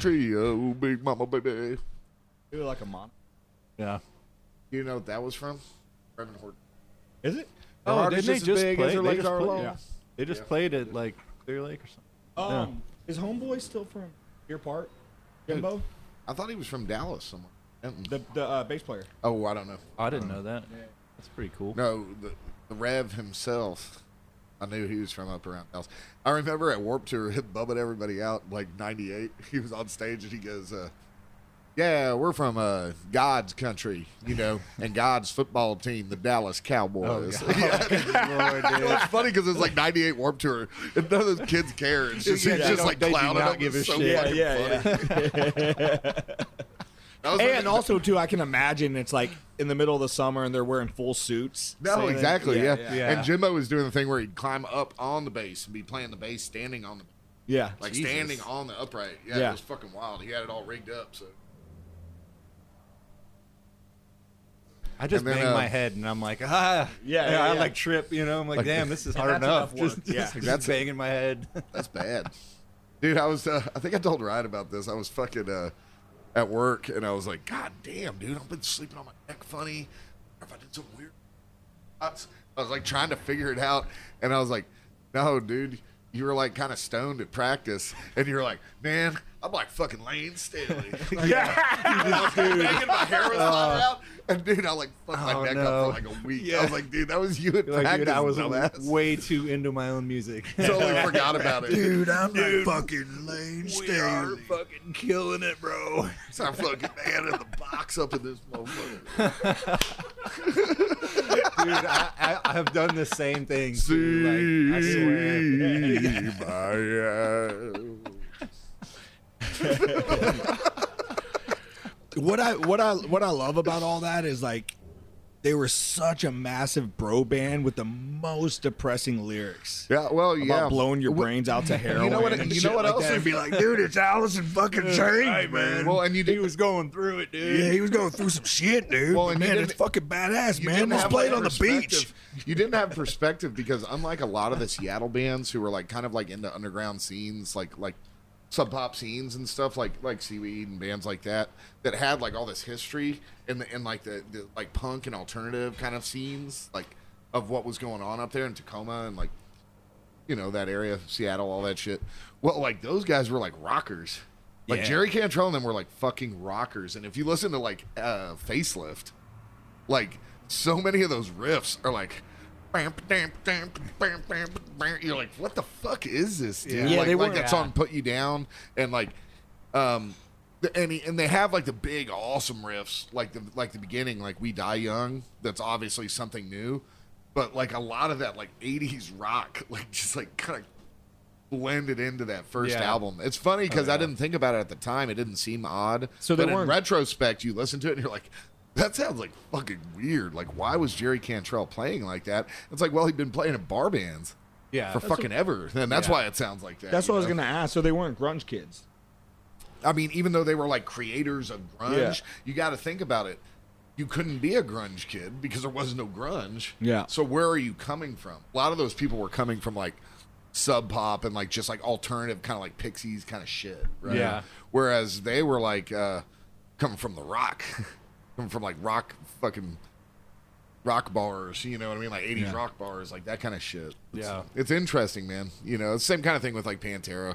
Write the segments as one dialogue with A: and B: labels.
A: guarantee you, oh, big mama baby.
B: Do like a mon.
C: Yeah.
A: You know what that was from? Reverend Horton.
B: Is it?
A: Her
C: Oh,
A: heart
C: didn't
A: is
C: they
A: just as
C: just
A: big
C: play?
A: as her
C: they
A: legs
C: just
A: are
C: play-
A: long.
C: yeah. They just
A: Yeah.
C: played at like Clear Lake or something.
B: Um,
C: Yeah.
B: is homeboy still from your part? Jimbo,
A: I thought he was from Dallas somewhere. Denton.
B: the the uh, bass player.
A: oh, I don't know.
C: I didn't know that. That's pretty cool.
A: No, the, the Rev himself. I knew he was from up around Dallas. I remember at Warp Tour, him bumming everybody out in, like '98. He was on stage and he goes, uh, "Yeah, we're from uh, God's country, you know, and God's football team, the Dallas Cowboys."
C: Oh,
A: Well, it's funny because it's like '98 Warp Tour, and none of those kids care. It's just
C: Yeah,
A: he's
C: they
A: just
C: don't-
A: like
C: they do
A: clowning
C: not
A: up.
C: give
A: It's
C: a
A: so
C: shit.
A: fucking funny.
B: yeah.
A: I was like-
B: and also too, I can imagine it's like in the middle of the summer and they're wearing full suits.
A: No,
B: So then-
A: exactly. Yeah,
B: yeah,
C: yeah.
A: And Jimbo was doing the thing where he'd climb up on the bass and be playing the bass standing on the
B: yeah.
A: like
B: Jesus.
A: standing on the upright. Yeah,
B: Yeah.
A: it was fucking wild. He had it all rigged up. So
C: I just
A: And then,
C: bang
A: uh,
C: my head and I'm like, ah,
B: Yeah,
C: yeah,
B: yeah,
C: I
B: yeah.
C: like trip, you know. I'm like,
A: Like-
C: damn, this is
B: And
C: hard
B: that's
C: enough.
B: enough work.
C: Just,
B: Yeah.
C: just, just
A: That's-
C: banging my head.
A: that's bad, dude. I was. Uh, I think I told Ryan about this. I was fucking uh, at work and I was like, God damn, dude, I've been sleeping on my neck funny. Or if I did some weird, shots." I was like trying to figure it out, and I was like, No, dude. You were like kind of stoned at practice, and you were like, "Man, I'm like fucking Lane Staley." And I was banging my hair was falling out. And dude, I like fucked my
C: Uh, Oh,
A: neck
C: no.
A: up for like a week. I
C: Yeah.
A: was like, dude, that was you at
C: Like,
A: practice.
C: dude, I was
A: dumbass.
C: way too into my own music.
A: totally forgot about it. Dude,
C: I'm
A: fucking Lane
C: we are fucking killing it, bro.
A: It's our fucking man in the box up in this motherfucker.
C: Dude, I, I, I have done the same thing.
A: See
C: too, like, I swear.
B: uh,
A: my eyes.
B: what I what I what I love about all that is like they were such a massive bro band with the most depressing lyrics.
A: Yeah, well,
B: About
A: yeah.
B: blowing your brains out to heroin.
A: you know what?
B: and
A: You
B: shit
A: know what
B: like
A: else
B: that.
A: would be like?
B: dude, it's Allison fucking Chains, man.
A: Well, and you
C: He
A: did.
C: was going through it, dude.
B: he was going through some shit, dude.
A: Well, and you didn't-
B: fucking badass,
A: you didn't have, like, perspective. You didn't have perspective because unlike a lot of the Seattle bands who were like kind of like into underground scenes, like like sub pop scenes and stuff, like like Seaweed and bands like that that had like all this history and the and like the, the like punk and alternative kind of scenes, like of what was going on up there in Tacoma and like you know that area, Seattle, all that shit. Well, like those guys were like rockers. Like
C: Yeah.
A: Jerry Cantrell and them were like fucking rockers. And if you listen to like uh Facelift, like so many of those riffs are like bam, bam, bam, bam, bam, bam. you're like what the fuck is this dude
C: Yeah.
B: Yeah,
A: like,
B: they
A: like
B: were-
A: that song put you down and like um the, and, he- and they have like the big awesome riffs like the like the beginning like we die young that's obviously something new but like a lot of that like 80s rock like just like kind of blended into that first
C: Yeah. Oh,
A: album it's funny because i didn't think about it at the time it didn't seem odd
C: So they
A: but in
C: weren't-
A: retrospect, you listen to it and you're like, that sounds like fucking weird. Like, why was Jerry Cantrell playing like that? It's like, well, he'd been playing in bar bands
C: Yeah.
A: for fucking ever, and that's
C: yeah.
A: why it sounds like that.
B: That's
A: you
B: what I was
A: know?
B: gonna ask. So they weren't grunge kids.
A: I mean, even though they were like creators of grunge,
B: Yeah.
A: you got to think about it. You couldn't be a grunge kid because there was no grunge.
B: Yeah.
A: So where are you coming from? A lot of those people were coming from like sub pop and like just like alternative kind of like Pixies kind of shit. Right?
C: Yeah.
A: Whereas they were like uh coming from the rock, coming from like rock fucking rock bars. You know what I mean? Like 80s
B: Yeah.
A: rock bars, like that kind of shit. It's-
C: Yeah.
A: It's interesting, man. You know, it's the same kind of thing with like Pantera,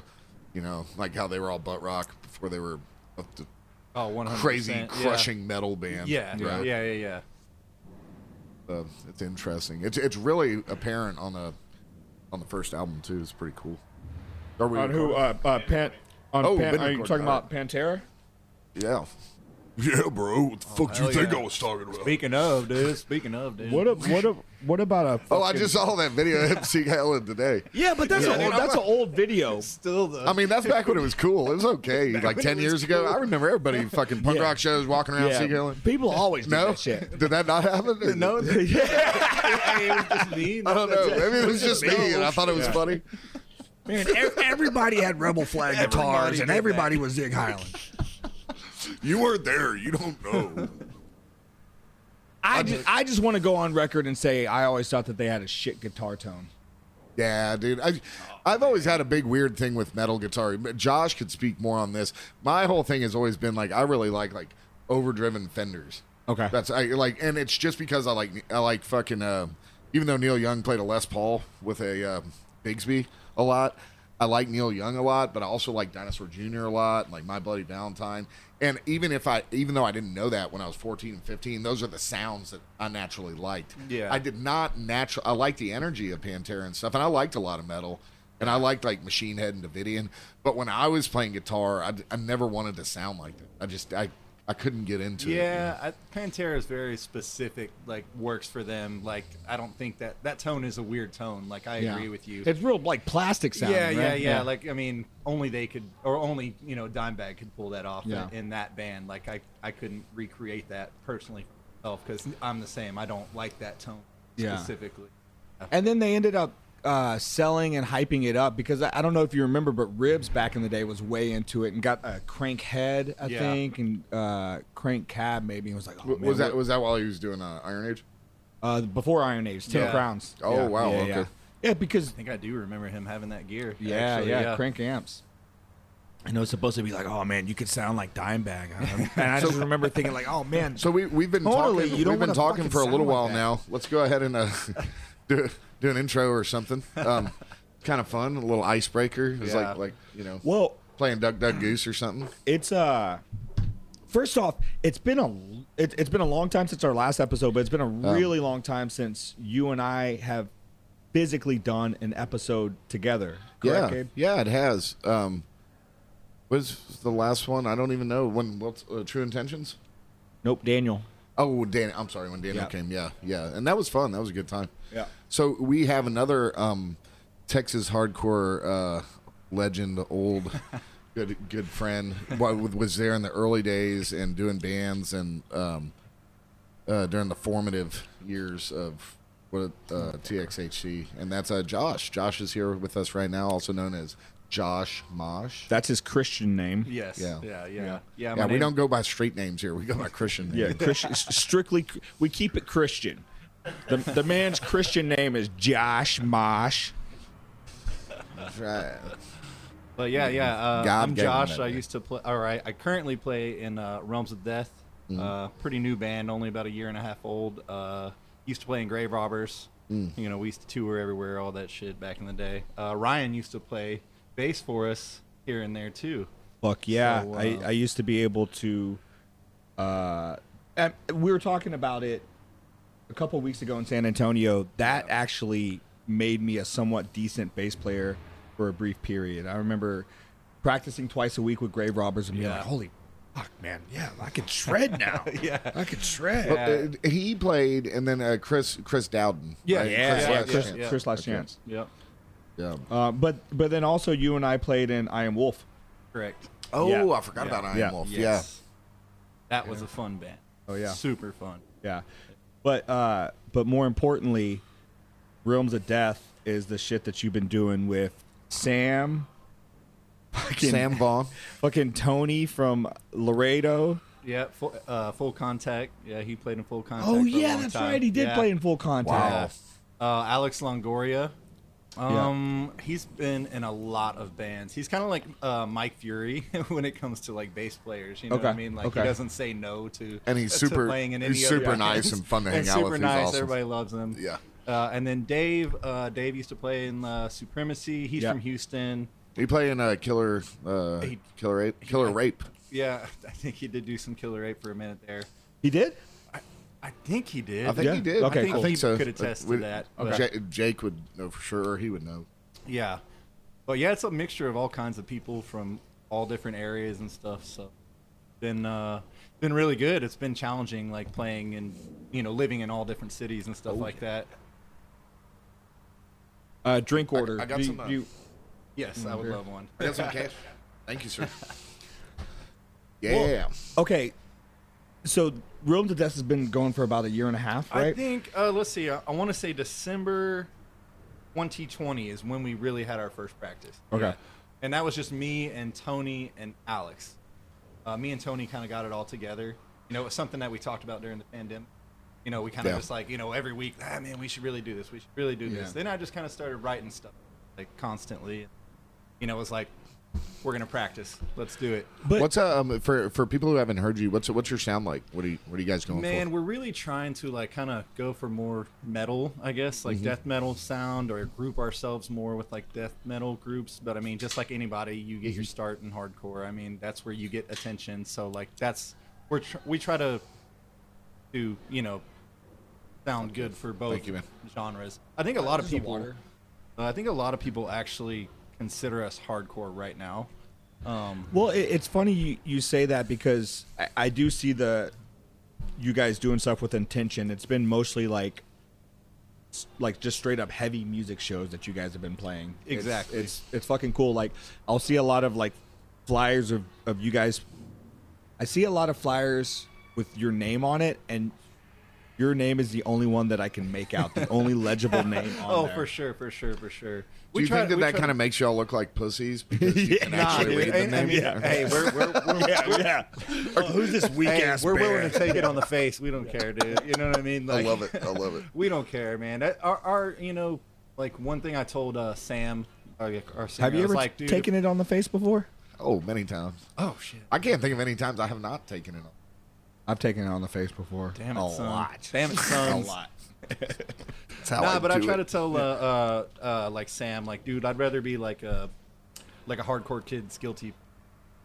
A: you know, like how they were all butt rock before they were a th-
C: Oh, 100
A: crazy, crushing metal band.
C: Yeah. Yeah.
A: Right?
C: yeah, yeah, yeah.
A: Uh, it's interesting. It's it's really apparent on the on the first album too. It's pretty cool. Are we
B: On who?
A: recording?
B: Uh, uh, Pan, on
A: Oh,
B: Pan,
A: been
B: are you
A: recording,
B: talking
A: all
B: about Pantera?
A: Yeah. Yeah, bro. What the fuck do you
C: Oh, hell
A: think
C: yeah.
A: I was talking about?
C: Speaking of, Oh, dude. Speaking of, dude.
D: What a, what a, what about a?
A: oh, I just saw that video of MC Helen today.
B: Yeah, but that's
A: Yeah.
B: a old, that's an old video.
C: Still the.
A: I mean, that's back when it was cool. It was okay. like
C: when
A: ten
C: it
A: years
C: was
A: ago,
C: cool.
A: I remember everybody fucking punk
B: Yeah.
A: rock shows walking around MC Helen.
B: people always do
A: No,
B: that shit.
A: did that not happen? Or-
C: no, it was just me.
A: I don't know. Maybe it was just me, and I thought it was funny.
D: man, e-, everybody had rebel flag
C: Everybody
D: guitars,
C: did
D: and
C: that.
D: everybody was Zig Highland.
A: You weren't there. You don't know.
B: I just, I just want to go on record and say I always thought that they had a shit guitar tone.
A: Yeah, dude. I, I've always had a big weird thing with metal guitar. Josh could speak more on this. My whole thing has always been like I really like like overdriven fenders.
B: Okay.
A: that's I like, and it's just because I like I like fucking. Uh, even though Neil Young played a Les Paul with a uh, Bigsby a lot, I like Neil Young a lot, but I also like Dinosaur Jr. a lot, and like My Bloody Valentine. And even if I, even though I didn't know that when I was fourteen and fifteen, those are the sounds that I naturally liked.
C: Yeah.
A: I did not natural. I liked the energy of Pantera and stuff, and I liked a lot of metal, and I liked like Machine Head and Davidian. But when I was playing guitar, I, I never wanted to sound like that. I just I I couldn't get into it. you know?
C: Yeah, I, Pantera is very specific. Like works for them. Like I don't think that that tone is a weird tone. Like I
B: Yeah.
C: agree with you.
D: It's real like plastic sound.
C: yeah,
D: right?
C: yeah, yeah, Like I mean, only they could, or only you know, Dimebag could pull that off
D: Yeah.
C: in, in that band. Like I, I couldn't recreate that personally because I'm the same. I don't like that tone
B: Yeah.
C: specifically.
D: And then they ended up uh, selling and hyping it up because I, I don't know if you remember, but Ribs back in the day was way into it and got a crank head, I
C: Yeah.
D: think, and uh, crank cab maybe. And was like, oh,
A: W-
D: man,
A: was that
D: what-
A: was that while he was doing uh, Iron Age?
D: uh, before Iron Age, Ten
C: Yeah.
D: Crowns?
A: Oh,
D: yeah.
A: wow,
D: yeah,
A: okay.
D: yeah. Yeah, because
C: I think I do remember him having that gear.
D: yeah,
C: actually,
D: yeah, crank amps.
B: I know it's supposed to be like, oh man, you could sound like Dimebag, huh?" and I just remember thinking like, oh man,
A: So we we've been
B: Totally,
A: talking.
B: you don't
A: we've been
B: wanna
A: talking
B: fucking
A: for a little
B: sound like
A: while
B: that.
A: now. Let's go ahead and uh, do do an intro or something. Um, kind of fun, a little icebreaker. It's
C: Yeah.
A: like like you know
B: well,
A: playing Duck Duck Goose or something.
B: it's uh first off it's been a it, it's been a long time since our last episode but it's been a really long time since you and i have physically done an episode together correct
A: yeah,
B: Gabe?
A: yeah, it has. Um, was the last one? I don't even know when. What uh, True Intentions?
B: nope daniel
A: Oh, Dan. I'm sorry. When Daniel
B: Yeah.
A: came, yeah, yeah, and that was fun. That was a good time.
B: Yeah.
A: So we have another um, Texas hardcore uh, legend, old good good friend. wa- was there in the early days and doing bands and um, uh, during the formative years of what uh, TXHC, and that's uh, Josh. Josh is here with us right now, also known as Josh Mosh.
B: that's his christian name
C: Yes.
A: Yeah.
C: Yeah. Yeah. Yeah.
A: yeah,
C: my
A: we
C: name-
A: don't go by street names here. We go by Christian names.
B: yeah christian strictly we keep it christian the, the man's christian name is josh mosh
A: That's right.
C: But yeah, yeah. Uh,
A: God
C: I'm
A: gave him
C: Josh.
A: that
C: I
A: name.
C: used to play. All right, I currently play in uh, Realms of Death.
B: Mm-hmm.
C: Uh, pretty new band, only about a year and a half old. Uh, used to play in Grave Robbers.
B: Mm.
C: You know, we used to tour everywhere, all that shit back in the day. Uh, Ryan used to play bass for us here and there too.
B: Fuck yeah!
C: So,
B: I,
C: uh,
B: I used to be able to. Uh, and we were talking about it a couple weeks ago in San Antonio. That actually made me a somewhat decent bass player for a brief period. I remember practicing twice a week with Grave Robbers and being
C: Yeah.
B: like, "Holy fuck, man! Yeah, I can shred now. yeah, I can shred."
A: But, uh, he played, and then uh, Chris Chris Dowden.
C: Yeah,
A: right?
B: Yeah,
A: Chris
B: yeah,
A: Last
B: Chris,
A: Chance.
C: yeah.
B: Chris Last Chance.
C: Yep,
A: Yeah.
B: Uh, but but then also you and I played in I Am Wolf.
C: correct.
A: Oh,
B: Yeah.
A: I forgot about Iron
B: Yeah.
A: Wolf.
C: Yeah, that was a fun band.
B: Oh, yeah.
C: super fun.
B: Yeah. But uh but more importantly, Realms of Death is the shit that you've been doing with Sam
A: Yeah.
B: fucking
A: Sam Vaughn.
B: fucking Tony from Laredo.
C: Yeah, full, uh, full contact. Yeah, he played in full contact.
B: Oh
C: for a
B: yeah,
C: long
B: that's
C: time.
B: right. He did
C: Yeah.
B: play in full contact.
C: Yeah. Uh, Alex Longoria. Um, he's been in a lot of bands. He's kind of like uh, Mike Fury when it comes to like bass players. You know what I
B: Okay,
C: mean? Like
B: okay.
C: he doesn't say no to
A: And he's
C: to
A: super-
C: playing in
A: he's
C: any other
A: super nice
C: bands.
A: and fun to hang out
C: super
A: with. He's
C: nice.
A: awesome.
C: Everybody loves him.
A: Yeah.
C: Uh, and then Dave, uh, Dave used to play in uh, Supremacy. He's
B: Yeah.
C: from Houston.
A: He played in uh, Killer uh,
C: He-
A: Killer Rape. Killer Rape.
C: Yeah, I think he did do some Killer Ape for a minute there.
B: He did?
C: I think he did.
A: I think
B: Yeah.
A: he did.
B: Okay,
A: I
B: cool.
A: think
C: He
A: so.
C: could attest to
A: But-
C: that,
A: Okay.
C: but-
A: Ja- Jake would know for sure. He would know.
C: Yeah. But yeah, it's a mixture of all kinds of people from all different areas and stuff. So been uh been really good. It's been challenging like playing and you know, living in all different cities and stuff like that.
B: Uh drink order.
A: I got
B: Do-
A: some, uh,
B: do you-
C: Yes, I would love one.
A: I got some cash. Thank you, sir. Yeah.
B: okay. So Realms of Death has been going for about a year and a half,
C: I
B: right?
C: think uh let's see. I, I want to say December 2020 is when we really had our first practice.
B: Okay.
C: And that was just me and Tony and Alex. Uh, me and Tony kind of got it all together. You know, it was something that we talked about during the pandemic. You know, we kind of
A: Yeah.
C: just like, you know, every week, ah, man, we should really do this. We should really do this.
D: Yeah.
C: Then I just kind of started writing stuff like constantly. You know, it was like, we're going to practice. Let's do it.
B: But-
A: what's uh, um for for people who haven't heard you? What's what's your sound like? What are you what are you guys going
C: Man,
A: for?
C: we're really trying to like kind of go for more metal, I guess,
A: Mm-hmm.
C: like death metal sound, or group ourselves more with like death metal groups. But I mean, just like anybody, you get
A: Mm-hmm.
C: your start in hardcore. I mean, that's where you get attention. So like that's we're tr- we try to do you know sound good for both
A: Thank you, man.
C: genres. I think a lot of
D: Just the
C: people,
D: water.
C: uh, I think a lot of people actually consider us hardcore right now. Um,
B: Well, it, it's funny you, you say that because I, I do see the you guys doing stuff with intention. It's been mostly like s- like just straight up heavy music shows that you guys have been playing. It's-
C: Exactly.
B: It's it's, fucking cool. Like I'll see a lot of like flyers of of you guys. I see a lot of flyers with your name on it and. Your name is the only one that I can make out, the only legible name. On
C: oh,
B: there.
C: for sure, for sure, for sure.
A: Do you think that that kind of makes y'all look like pussies? Because you can
B: Nah,
A: actually
B: dude.
A: read the
B: I- I
A: name.
B: mean,
C: Hey, we're, we're, we're
B: yeah, yeah. who's this weak
C: Hey,
B: ass?
C: we're
B: bear?
C: willing to take it on the face. We don't care, dude. You know what I mean?
A: I
C: Like,
A: love it. I love it.
C: We don't care, man. That- Our, our, you know, like one thing I told uh, Sam, our, our singer,
B: Have you
C: I was
B: ever
C: like, dude,
B: taken it on the face before?
A: Oh, many times.
C: Oh shit!
A: I can't think of any times I have not taken it. on.
B: I've taken it on the face before.
C: Damn it,
B: a
C: son.
B: lot.
C: Damn it, son.
A: That's how
C: Nah,
A: I
C: but I
A: do
C: try
A: it.
C: to tell, uh, uh, uh, like Sam, like, dude, I'd rather be like a, like a hardcore kid's guilty.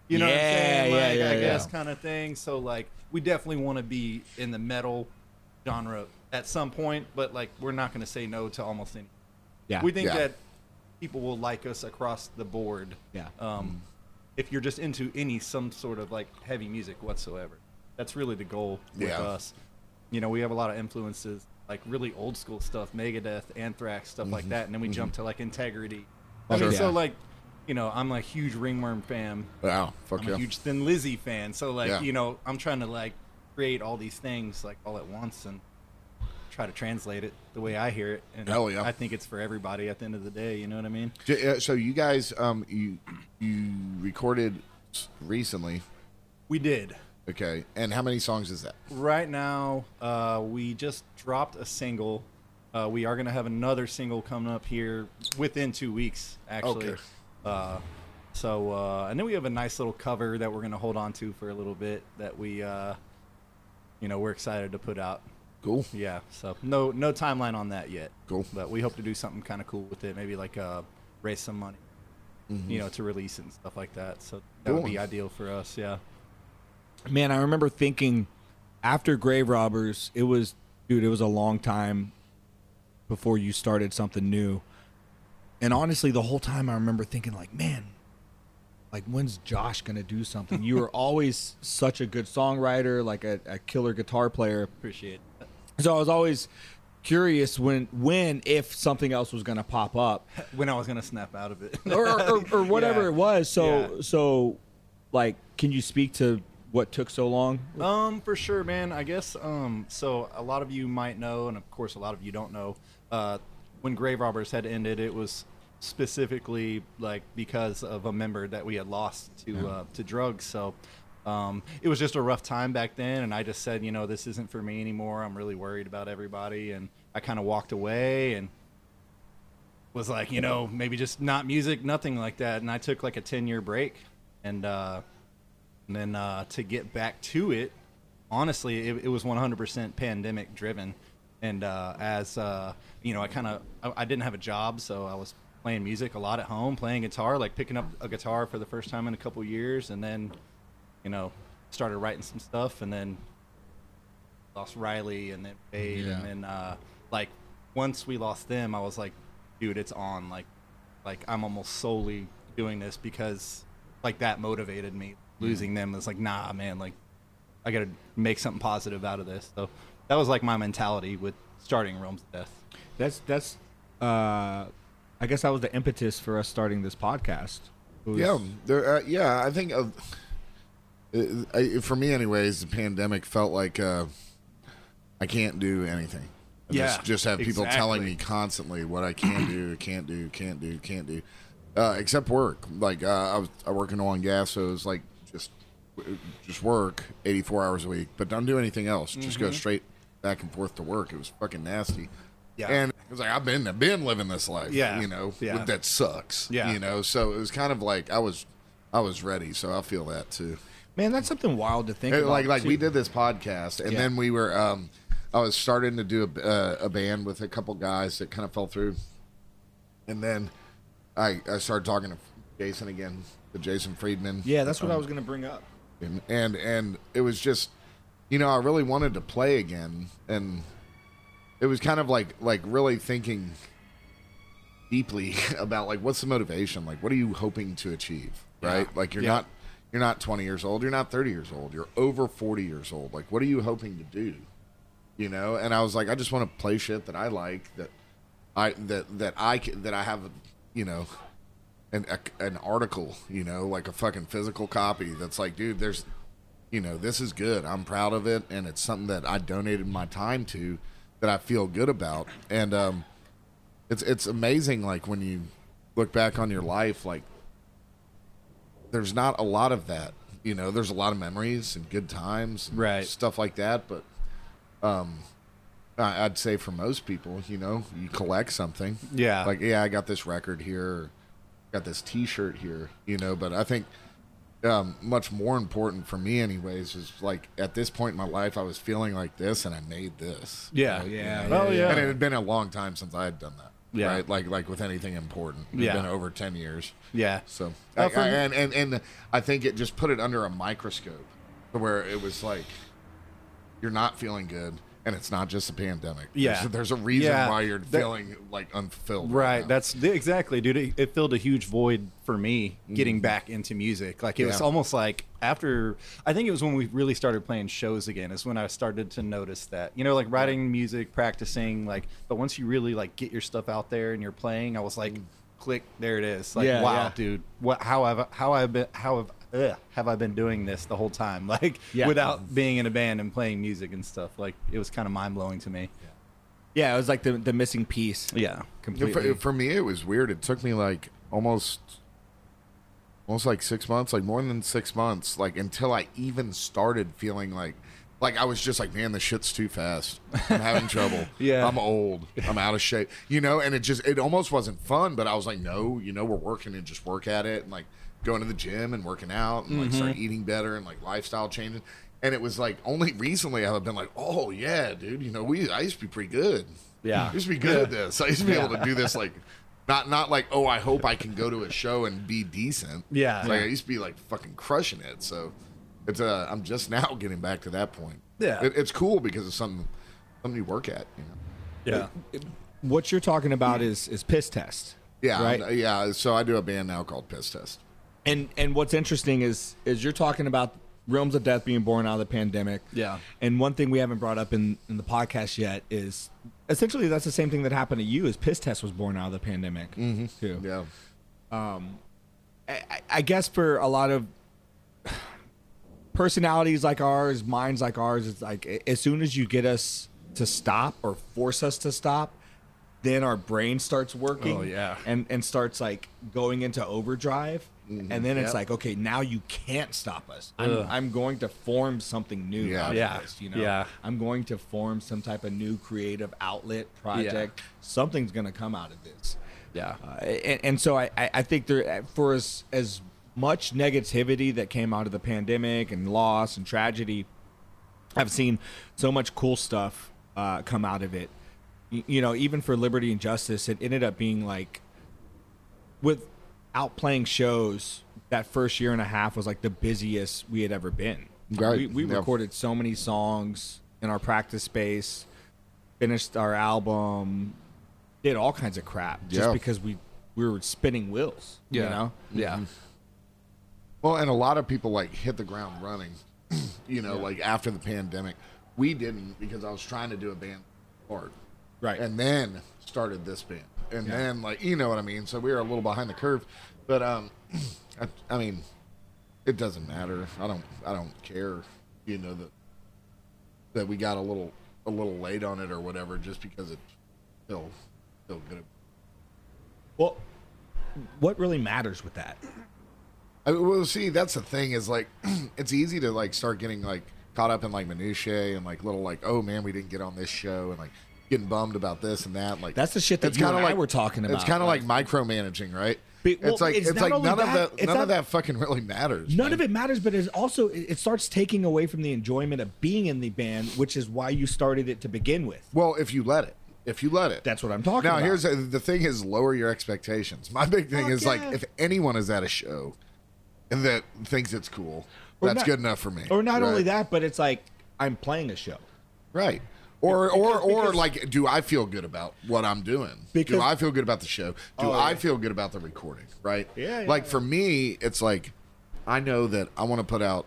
C: You know what I'm
B: Yeah,
C: saying?
B: yeah,
C: Like,
B: yeah,
C: I
B: yeah.
C: guess kind of thing. So like, we definitely want to be in the metal genre at some point, but like, we're not going to say no to almost any.
B: Yeah.
C: we think
A: Yeah.
C: that people will like us across the board.
B: Yeah.
C: Um, if you're just into any some sort of like heavy music whatsoever, that's really the goal with
A: Yeah.
C: us. You know, we have a lot of influences, like really old school stuff, Megadeth, Anthrax, stuff
A: Mm-hmm.
C: like that, and then we jump to like Integrity.
A: Oh,
C: I
B: Sure.
C: mean, so
B: Yeah.
C: like, you know, I'm a huge Ringworm fan.
A: Wow, fuck
C: I'm
A: yeah.
C: a huge Thin Lizzy fan. So like,
A: Yeah.
C: you know, I'm trying to like create all these things like all at once and try to translate it the way I hear it. And
A: Hell yeah.
C: I think it's for everybody at the end of the day. You know what I mean?
A: J- uh, So you guys, um, you you recorded s- recently,
C: We did.
A: okay? And how many songs is that?
C: Right now, uh, we just dropped a single. Uh, we are going to have another single coming up here within two weeks, actually.
A: Okay.
C: Uh, so, uh, and then we have a nice little cover that we're going to hold on to for a little bit that we, uh, you know, we're excited to put out.
A: Cool.
C: Yeah. So no no timeline on that yet.
A: Cool.
C: But we hope to do something kind of cool with it. Maybe like uh, raise some money, you know, to release it and stuff like that. So that would
A: Mm-hmm. Cool.
C: be ideal for us. Yeah.
B: Man, I remember thinking after Grave Robbers, it was dude, it was a long time before you started something new. And honestly, the whole time I remember thinking like, man, like when's Josh gonna do something? you were always such a good songwriter, like a, a killer guitar player.
C: Appreciate. it.
B: So I was always curious when when if something else was gonna pop up.
C: When I was gonna snap out of it.
B: or, or, or, or whatever
C: Yeah.
B: it was. So
C: Yeah.
B: so, like, can you speak to what took so long?
C: Um, for sure, man. I guess. Um, so a lot of you might know, and of course, a lot of you don't know. Uh, when Grave Robbers had ended, it was specifically like because of a member that we had lost to uh, to drugs. So. Um, it was just a rough time back then, and I just said, you know, this isn't for me anymore. I'm really worried about everybody, and I kind of walked away and was like, you know, maybe just not music, nothing like that. And I took like a ten year break, and uh, and then uh, to get back to it, honestly, it, it was 100% pandemic driven. And uh, as uh, you know, I kind of I, I didn't have a job, so I was playing music a lot at home, playing guitar, like picking up a guitar for the first time in a couple years, and then you know started writing some stuff, and then lost Riley, and then Fade,
B: Yeah.
C: and then uh, like once we lost them, I was like, dude, it's on. Like, like I'm almost solely doing this because like that motivated me. Losing them was like, nah, man, like I gotta make something positive out of this. So that was like my mentality with starting Realms of Death.
B: That's that's. Uh, I guess that was the impetus for us starting this podcast. It was-
A: Yeah, there. Uh, yeah, I think uh, uh, I, for me, anyways, the pandemic felt like uh, I can't do anything. I
C: Yeah,
A: just, just have people telling
C: exactly.
A: me constantly what I can do, can't do, can't do, can't do, uh, except work. Like uh, I was, I work in oil and gas, so it's
C: Mm-hmm.
A: like just, just work eighty four hours a week, but don't do anything else. Just go straight back and forth to work. It was fucking nasty.
C: Yeah.
A: And it was like I've been I've been living this life.
C: Yeah.
A: You know,
C: Yeah.
A: that sucks.
C: Yeah.
A: You know, so it was kind of like I was I was ready, so I feel that too.
B: Man, that's something wild to think
A: And
B: about.
A: like like
B: too.
A: we did this podcast, and
B: Yeah.
A: then we were um, I was starting to do a, uh, a band with a couple guys that kind of fell through, and then I I started talking to Jason again, to Jason Friedman.
B: Yeah, that's what I was going to bring up.
A: and and and it was just you know i really wanted to play again and it was kind of like like really thinking deeply about like what's the motivation like what are you hoping to achieve right like you're
B: Yeah.
A: not you're not 20 years old you're not 30 years old you're over 40 years old like what are you hoping to do you know and i was like i just want to play shit that i like that i that that i c- that i have you know an a, an article, you know, like a fucking physical copy that's like, dude, there's you know, this is good. I'm proud of it and it's something that I donated my time to that I feel good about. And um it's it's amazing like when you look back on your life like there's not a lot of that. You know, there's a lot of memories and good times and
C: Right.
A: stuff like that, but um I- I'd say for most people, you know, you collect something.
C: Yeah.
A: Like, yeah, I got this record here, got this T-shirt here, you know. But I think um, much more important for me, anyways, is like at this point in my life, I was feeling like this, and I made this.
C: Yeah.
A: Right?
B: Yeah,
A: You know?
B: yeah,
C: Oh, yeah.
A: And it had been a long time since I had done that.
C: Yeah.
A: Right. Like like with anything important. It had
C: Yeah.
A: Been over ten years.
C: Yeah.
A: So
C: Well,
A: I-
C: for
A: I-
C: me-
A: and and and I think it just put it under a microscope, to where it was like, you're not feeling good, and it's not just a pandemic.
C: Yeah.
A: There's, there's a reason
C: Yeah.
A: why you're
C: That-
A: feeling like unfulfilled.
C: Right.
A: now.
C: That's the- exactly, dude. It, it filled a huge void for me
B: Mm-hmm.
C: getting back into music. Like it was
A: Yeah.
C: almost like after I think it was when we really started playing shows again. Is when I started to notice that you know, like writing music, practicing, like. But once you really like get your stuff out there and you're playing, I was like, click, there it is. Like,
B: Mm. Yeah,
C: wow,
B: yeah.
C: dude, what? How have how I've been how have ugh, have I been doing this the whole time? Like
B: Yeah.
C: without being in a band and playing music and stuff. Like it was kind of mind blowing to me.
B: Yeah, it was like the the missing piece.
C: Yeah,
A: Yeah,
C: completely.
A: For, for me, it was weird. It took me like almost, almost like six months, like more than six months, like until I even started feeling like, like I was just like, man, this shit's too fast. I'm having trouble.
C: Yeah.
A: I'm old. I'm out of shape. You know, and it just, it almost wasn't fun. But I was like, no, you know, we're working and just work at it, and like going to the gym and working out and like
C: Mm-hmm.
A: start eating better and like lifestyle changing. And it was like only recently I've been like, oh yeah, dude, you know, we I used to be pretty good.
C: Yeah.
A: I used to be good at this. I used to be able to do this like not not like, oh, I hope I can go to a show and be decent.
C: Yeah.
A: It's Like I used to be like fucking crushing it. So it's uh I'm just now getting back to that point.
C: Yeah.
A: It, it's cool because it's something something you work at, you know.
C: yeah.
B: What you're talking about is is piss test.
A: Yeah,
B: Right.
A: I'm- yeah. So I do a band now called Piss Test.
B: And and what's interesting is is you're talking about realms of death being born out of the pandemic.
C: Yeah.
B: And one thing we haven't brought up in, in the podcast yet is essentially that's the same thing that happened to you is piss test was born out of the pandemic too.
A: Yeah.
B: I, I- I guess for a lot of personalities like ours, minds like ours, it's like a- as soon as you get us to stop or force us to stop, then our brain starts working.
C: Oh, yeah.
B: and and starts like going into overdrive, and then it's
A: Yep.
B: like okay, now you can't stop us. I'm,
C: Mm-hmm. Ugh.
B: I'm going to form something new.
A: Yeah.
B: out of
C: Yeah.
B: this, you know.
C: Yeah.
B: I'm going to form some type of new creative outlet project. Something's going to come out of this.
C: Yeah.
B: Uh, and, and so I, I I think there for as as much negativity that came out of the pandemic and loss and tragedy, I've seen so much cool stuff uh, come out of it. Y- You know, even for Liberty and Justice, it ended up being like without playing shows. That first year and a half was like the busiest we had ever been.
A: Right,
B: We, we
A: yeah.
B: recorded so many songs in our practice space, finished our album, did all kinds of crap just
A: Yeah.
B: because we we were spinning wheels. You know? Mm-hmm.
C: Yeah.
A: Well, and a lot of people like hit the ground running, you know, like after the pandemic. We didn't because I was trying to do a band part.
B: Right.
A: And then started this band. And then like you know what I mean? So we were a little behind the curve. But um I, I mean it doesn't matter. I don't I don't care, you know, that that we got a little a little late on it or whatever just because it still still good.
B: Well, what really matters with that?
A: I, well, see, that's the thing is like, it's easy to like start getting like caught up in like minutiae and like little like oh man we didn't get on this show and like getting bummed about this and that like
B: That's the shit that
A: it's
B: you
A: kinda
B: and I
A: like-
B: were talking
A: It's
B: about,
A: kind of like, micromanaging, right?
B: Be- well,
A: it's like
B: it's
A: it's,
B: not
A: like
B: only
A: none of
B: that,
A: that
B: it's
A: none of
B: not-
A: that fucking really matters.
B: None of it matters, but it's also it it starts taking away from the enjoyment of being in the band, which is why you started it to begin with.
A: Well, if you let it, if you let it,
B: That's what I'm talking
A: now,
B: about.
A: here's the, the thing: is lower your expectations. My big thing
B: Fuck
A: is like
B: yeah.
A: if anyone is at a show and that thinks it's cool,
B: Or
A: that's
B: not-
A: good enough for me.
B: or not
A: right?
B: only that, but it's like I'm playing a show.
A: right? Or or or
B: because-
A: like, do I feel good about what I'm doing?
B: Because- Oh,
A: do I feel good about the show? Do I feel good about the recording? Right?
B: Yeah, yeah,
A: like for me, it's like I know that I want to put out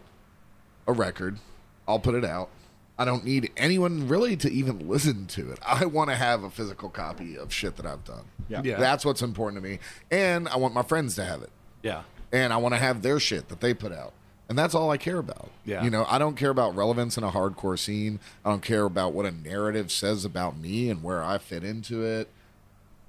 A: a record. I'll put it out. I don't need anyone really to even listen to it. I want to have a physical copy of shit that I've done.
B: Yeah.
C: Yeah.
A: That's what's important to me. And I want my friends to have it.
C: Yeah.
A: And I want to have their shit that they put out. And that's all I care about.
C: Yeah.
A: You know, I don't care about relevance in a hardcore scene. I don't care about what a narrative says about me and where I fit into it.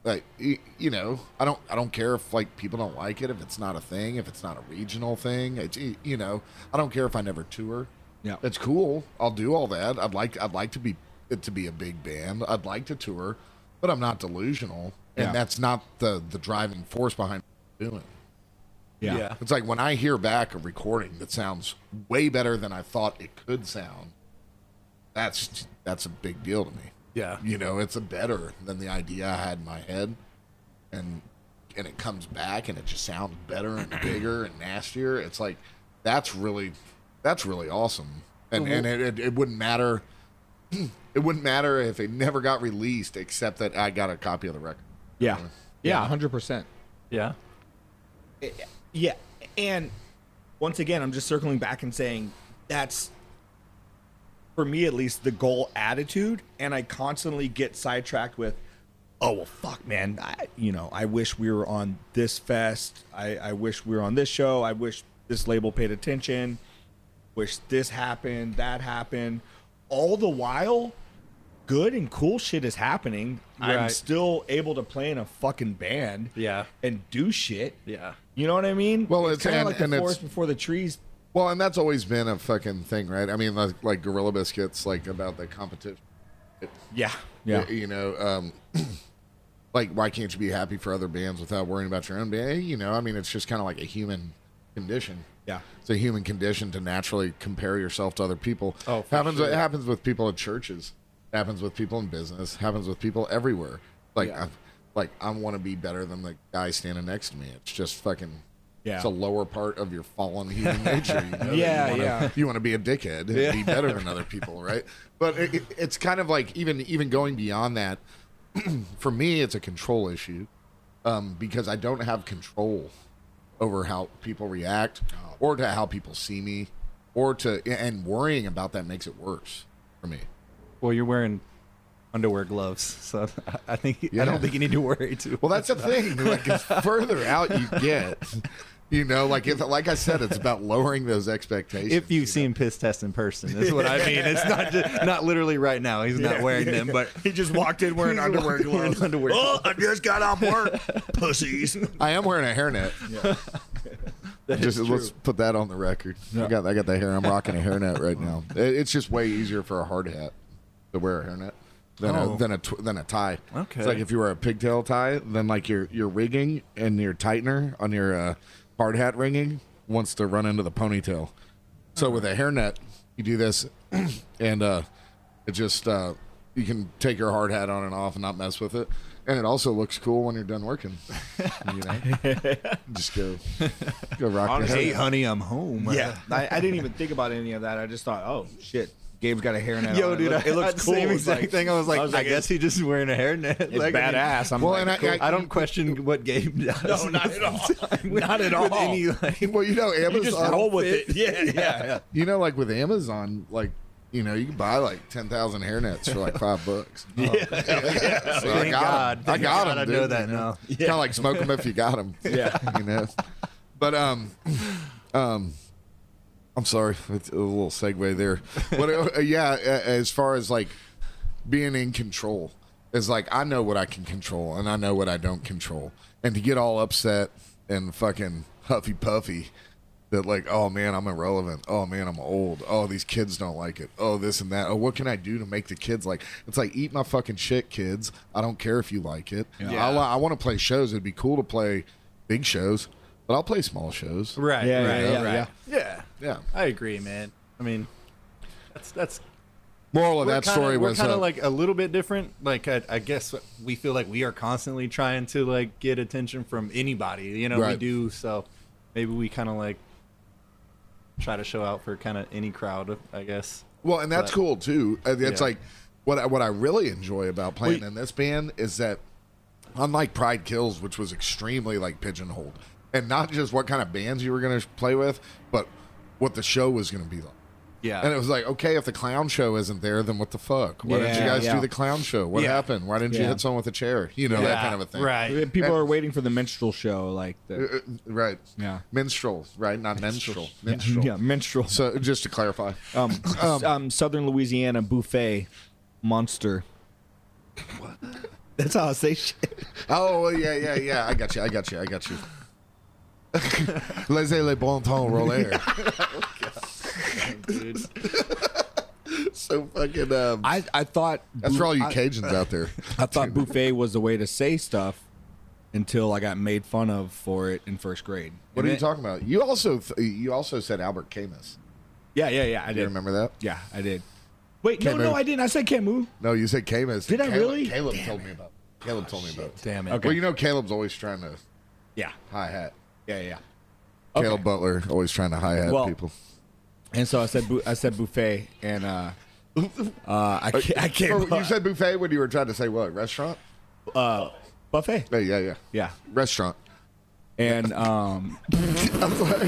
A: Like y- you know, I don't I don't care if like people don't like it, if it's not a thing, if it's not a regional thing. It's, y- you know, I don't care if I never tour.
B: Yeah.
A: It's cool. I'll do all that. I'd like I'd like to be it to be a big band. I'd like to tour, but I'm not delusional. And
B: Yeah.
A: that's not the the driving force behind doing.
B: Yeah.
C: Yeah.
A: It's like when I hear back a recording that sounds way better than I thought it could sound. That's that's a big deal to me.
C: Yeah.
A: You know, it's a better than the idea I had in my head, and and it comes back and it just sounds better and bigger and nastier. It's like that's really that's really awesome, and and it, it, it wouldn't matter. It wouldn't matter if it never got released, except that I got a copy of the record.
B: Yeah. Yeah, hundred percent.
C: Yeah.
B: Yeah, and once again, I'm just circling back and saying that's for me at least the goal attitude, and I constantly get sidetracked with, oh well, fuck, man, I, you know, I wish we were on this fest, I, I wish we were on this show, I wish this label paid attention, wish this happened, that happened, all the while. Good and cool shit is happening. I'm
C: Right.
B: still able to play in a fucking band,
C: Yeah.
B: and do shit.
C: Yeah.
B: You know what I mean?
A: Well, it's-
B: kinda
A: and-
B: like the
A: and it's-
B: forest before the trees.
A: Well, and that's always been a fucking thing, right? I mean, like, like Gorilla Biscuits, like about the competition.
B: Yeah,
A: You know, um, like why can't you be happy for other bands without worrying about your own band? You know, I mean, it's just kind of like a human condition.
B: Yeah.
A: It's a human condition to naturally compare yourself to other people.
C: Oh, for
A: happens.
C: sure.
A: It happens with people at churches. Happens with people in business. Happens with people everywhere. Like,
B: Yeah.
A: i like I want to be better than the guy standing next to me. It's just fucking.
B: Yeah.
A: It's a lower part of your fallen human nature. You know? that
B: Yeah,
A: you wanna-
B: yeah.
A: You want to be a dickhead and be better than other people, right? But it, it, it's kind of like even even going beyond that. for me, it's a control issue um, because I don't have control over how people react
B: Oh.
A: or to how people see me or to and worrying about that makes it worse for me.
C: Well, you're wearing underwear gloves, so I- I think I
A: Yeah.
C: don't think you need to worry too.
A: Well, that's the thing. Like the further out you get, you know, like if, like I said, it's about lowering those expectations.
C: if you've seen piss test in person, is what I mean. It's not just, not literally right now. He's not wearing them, but
B: he just walked in wearing underwear gloves.
C: underwear.
B: Oh, I just got off work, pussies.
A: I am wearing a hairnet. just let's put that on the record. I got I got the hair. I'm rocking a hairnet right now. It, it's just way easier for a hard hat to wear a hairnet than a
C: Oh.
A: than a tw- than a tie.
C: Okay.
A: It's like if you wear a pigtail tie, then like your your rigging and your tightener on your uh, hard hat ringing wants to run into the ponytail. So with a hairnet, you do this, and uh, it just uh, you can take your hard hat on and off and not mess with it. And it also looks cool when you're done working. You know, just go go rock your
C: Hey,
A: hairnet.
C: honey, I'm home.
B: Yeah, I, I didn't even think about any of that. I just thought, oh shit, Gabe's got a hairnet.
C: Yo,
B: on.
C: dude,
B: it, look-
C: I-
B: it
C: I-
B: looks cool.
C: Same
B: It's
C: exact
B: like-
C: thing. I was like, I,
B: was like,
C: guess he's just wearing a hairnet.
B: it's
C: like, I mean,
B: badass. I'm
A: Well,
B: like,
A: and I,
C: I don't question what Gabe does.
B: no, not at all. not at all.
C: With any, like,
A: Well, you know, Amazon.
B: just roll with it. Yeah, yeah, yeah.
A: You know, like with Amazon, like you know, you can buy like ten thousand hairnets for like five bucks. Yeah, So I got
C: Thank
A: 'em.
C: God.
A: I got
C: Thank God
A: them.
C: I know that now.
A: Kind of like smoke them if you got them. Yeah, you know. But um, um, I'm sorry, it's a little segue there. But uh, yeah, a- as far as like being in control is like I know what I can control and I know what I don't control, and to get all upset and fucking huffy puffy that like, oh man, I'm irrelevant. Oh man, I'm old. Oh, these kids don't like it. Oh, this and that. Oh, what can I do to make the kids like? It's like eat my fucking shit, kids. I don't care if you like it.
C: Yeah.
A: I, li- I want to play shows. It'd be cool to play big shows, but I'll play small shows.
C: Right.
B: Yeah,
C: right,
B: yeah,
C: right.
A: yeah.
C: Yeah.
A: Yeah.
C: I agree, man. I mean, that's that's
A: Moral of
C: we're
A: that
C: kinda-
A: story
C: we're
A: was
C: kind
A: uh,
C: of like a little bit different. Like I, I guess we feel like we are constantly trying to like get attention from anybody. You know, we
A: Right.
C: do. So maybe we kind of like try to show out for kind of any crowd. I guess.
A: Well, and that's
C: But-
A: cool too. Uh, It's
C: Yeah.
A: like what I, what I really enjoy about playing in this band is that unlike Pride Kills, which was extremely like pigeonholed, and not just what kind of bands you were going to play with, but what the show was going to be like.
C: Yeah.
A: And it was like, okay, if the clown show isn't there, then what the fuck? Why didn't you
B: Yeah,
A: guys
B: yeah.
A: do the clown show? What
C: Yeah.
A: happened? Why didn't you
B: Yeah.
A: hit someone with a chair? You know that kind of a thing,
C: Right.
B: Uh, People are waiting for the minstrel show, like
A: Uh,
B: the
A: uh, right.
B: Yeah.
A: Minstrel, right? Not menstrual. Minstrel.
B: yeah minstrel.
A: So just to clarify,
B: Um, s- um, Southern Louisiana buffet monster. That's how I say shit.
A: Oh well, yeah, yeah, yeah. I got you. I got you. I got you. Laissez le bon temps roller.
C: Dude.
A: so fucking. Um,
B: I, I thought
A: that's for all you
B: I,
A: Cajuns out there.
B: I thought buffet was the way to say stuff until I got made fun of for it in first grade.
A: What are you talking about? You also th- you also said Albert Camus.
B: Yeah, yeah, yeah. I
A: Do you
B: did.
A: remember that?
B: Yeah, I did. Wait,
A: Camus.
B: no, no, I didn't. I said Camus.
A: No, you said Camus.
B: Did I
A: Caleb,
B: really? Oh,
A: Caleb told me about. Caleb told me about.
C: Damn it.
B: Okay.
A: Well, you know, Caleb's always trying to
B: Yeah,
A: hi hat.
B: yeah, yeah.
A: Caleb Butler always trying to hi hat
B: Well-
A: people.
B: And so I said, bu- I said buffet, and uh, uh, I can't, I
A: Or
B: can't
A: Oh, you said buffet when you were trying to say what restaurant?
B: Uh, buffet.
A: Yeah, yeah, yeah,
B: Yeah,
A: Restaurant.
B: and um,
A: I'm sorry.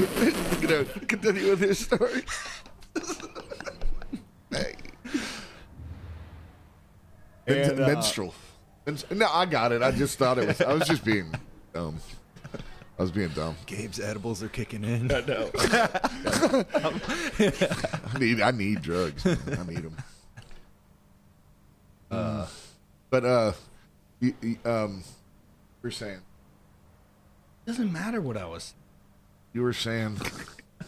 A: you know, continue with your story. Men-
B: and, uh,
A: menstrual. Menst- No, I got it. I just thought it was. I was just being dumb. I was being dumb.
C: Gabe's edibles are kicking in.
A: I need. I need drugs. man. I need them. Uh, but uh, y- y- um, you're saying
B: doesn't matter what I was.
A: you were saying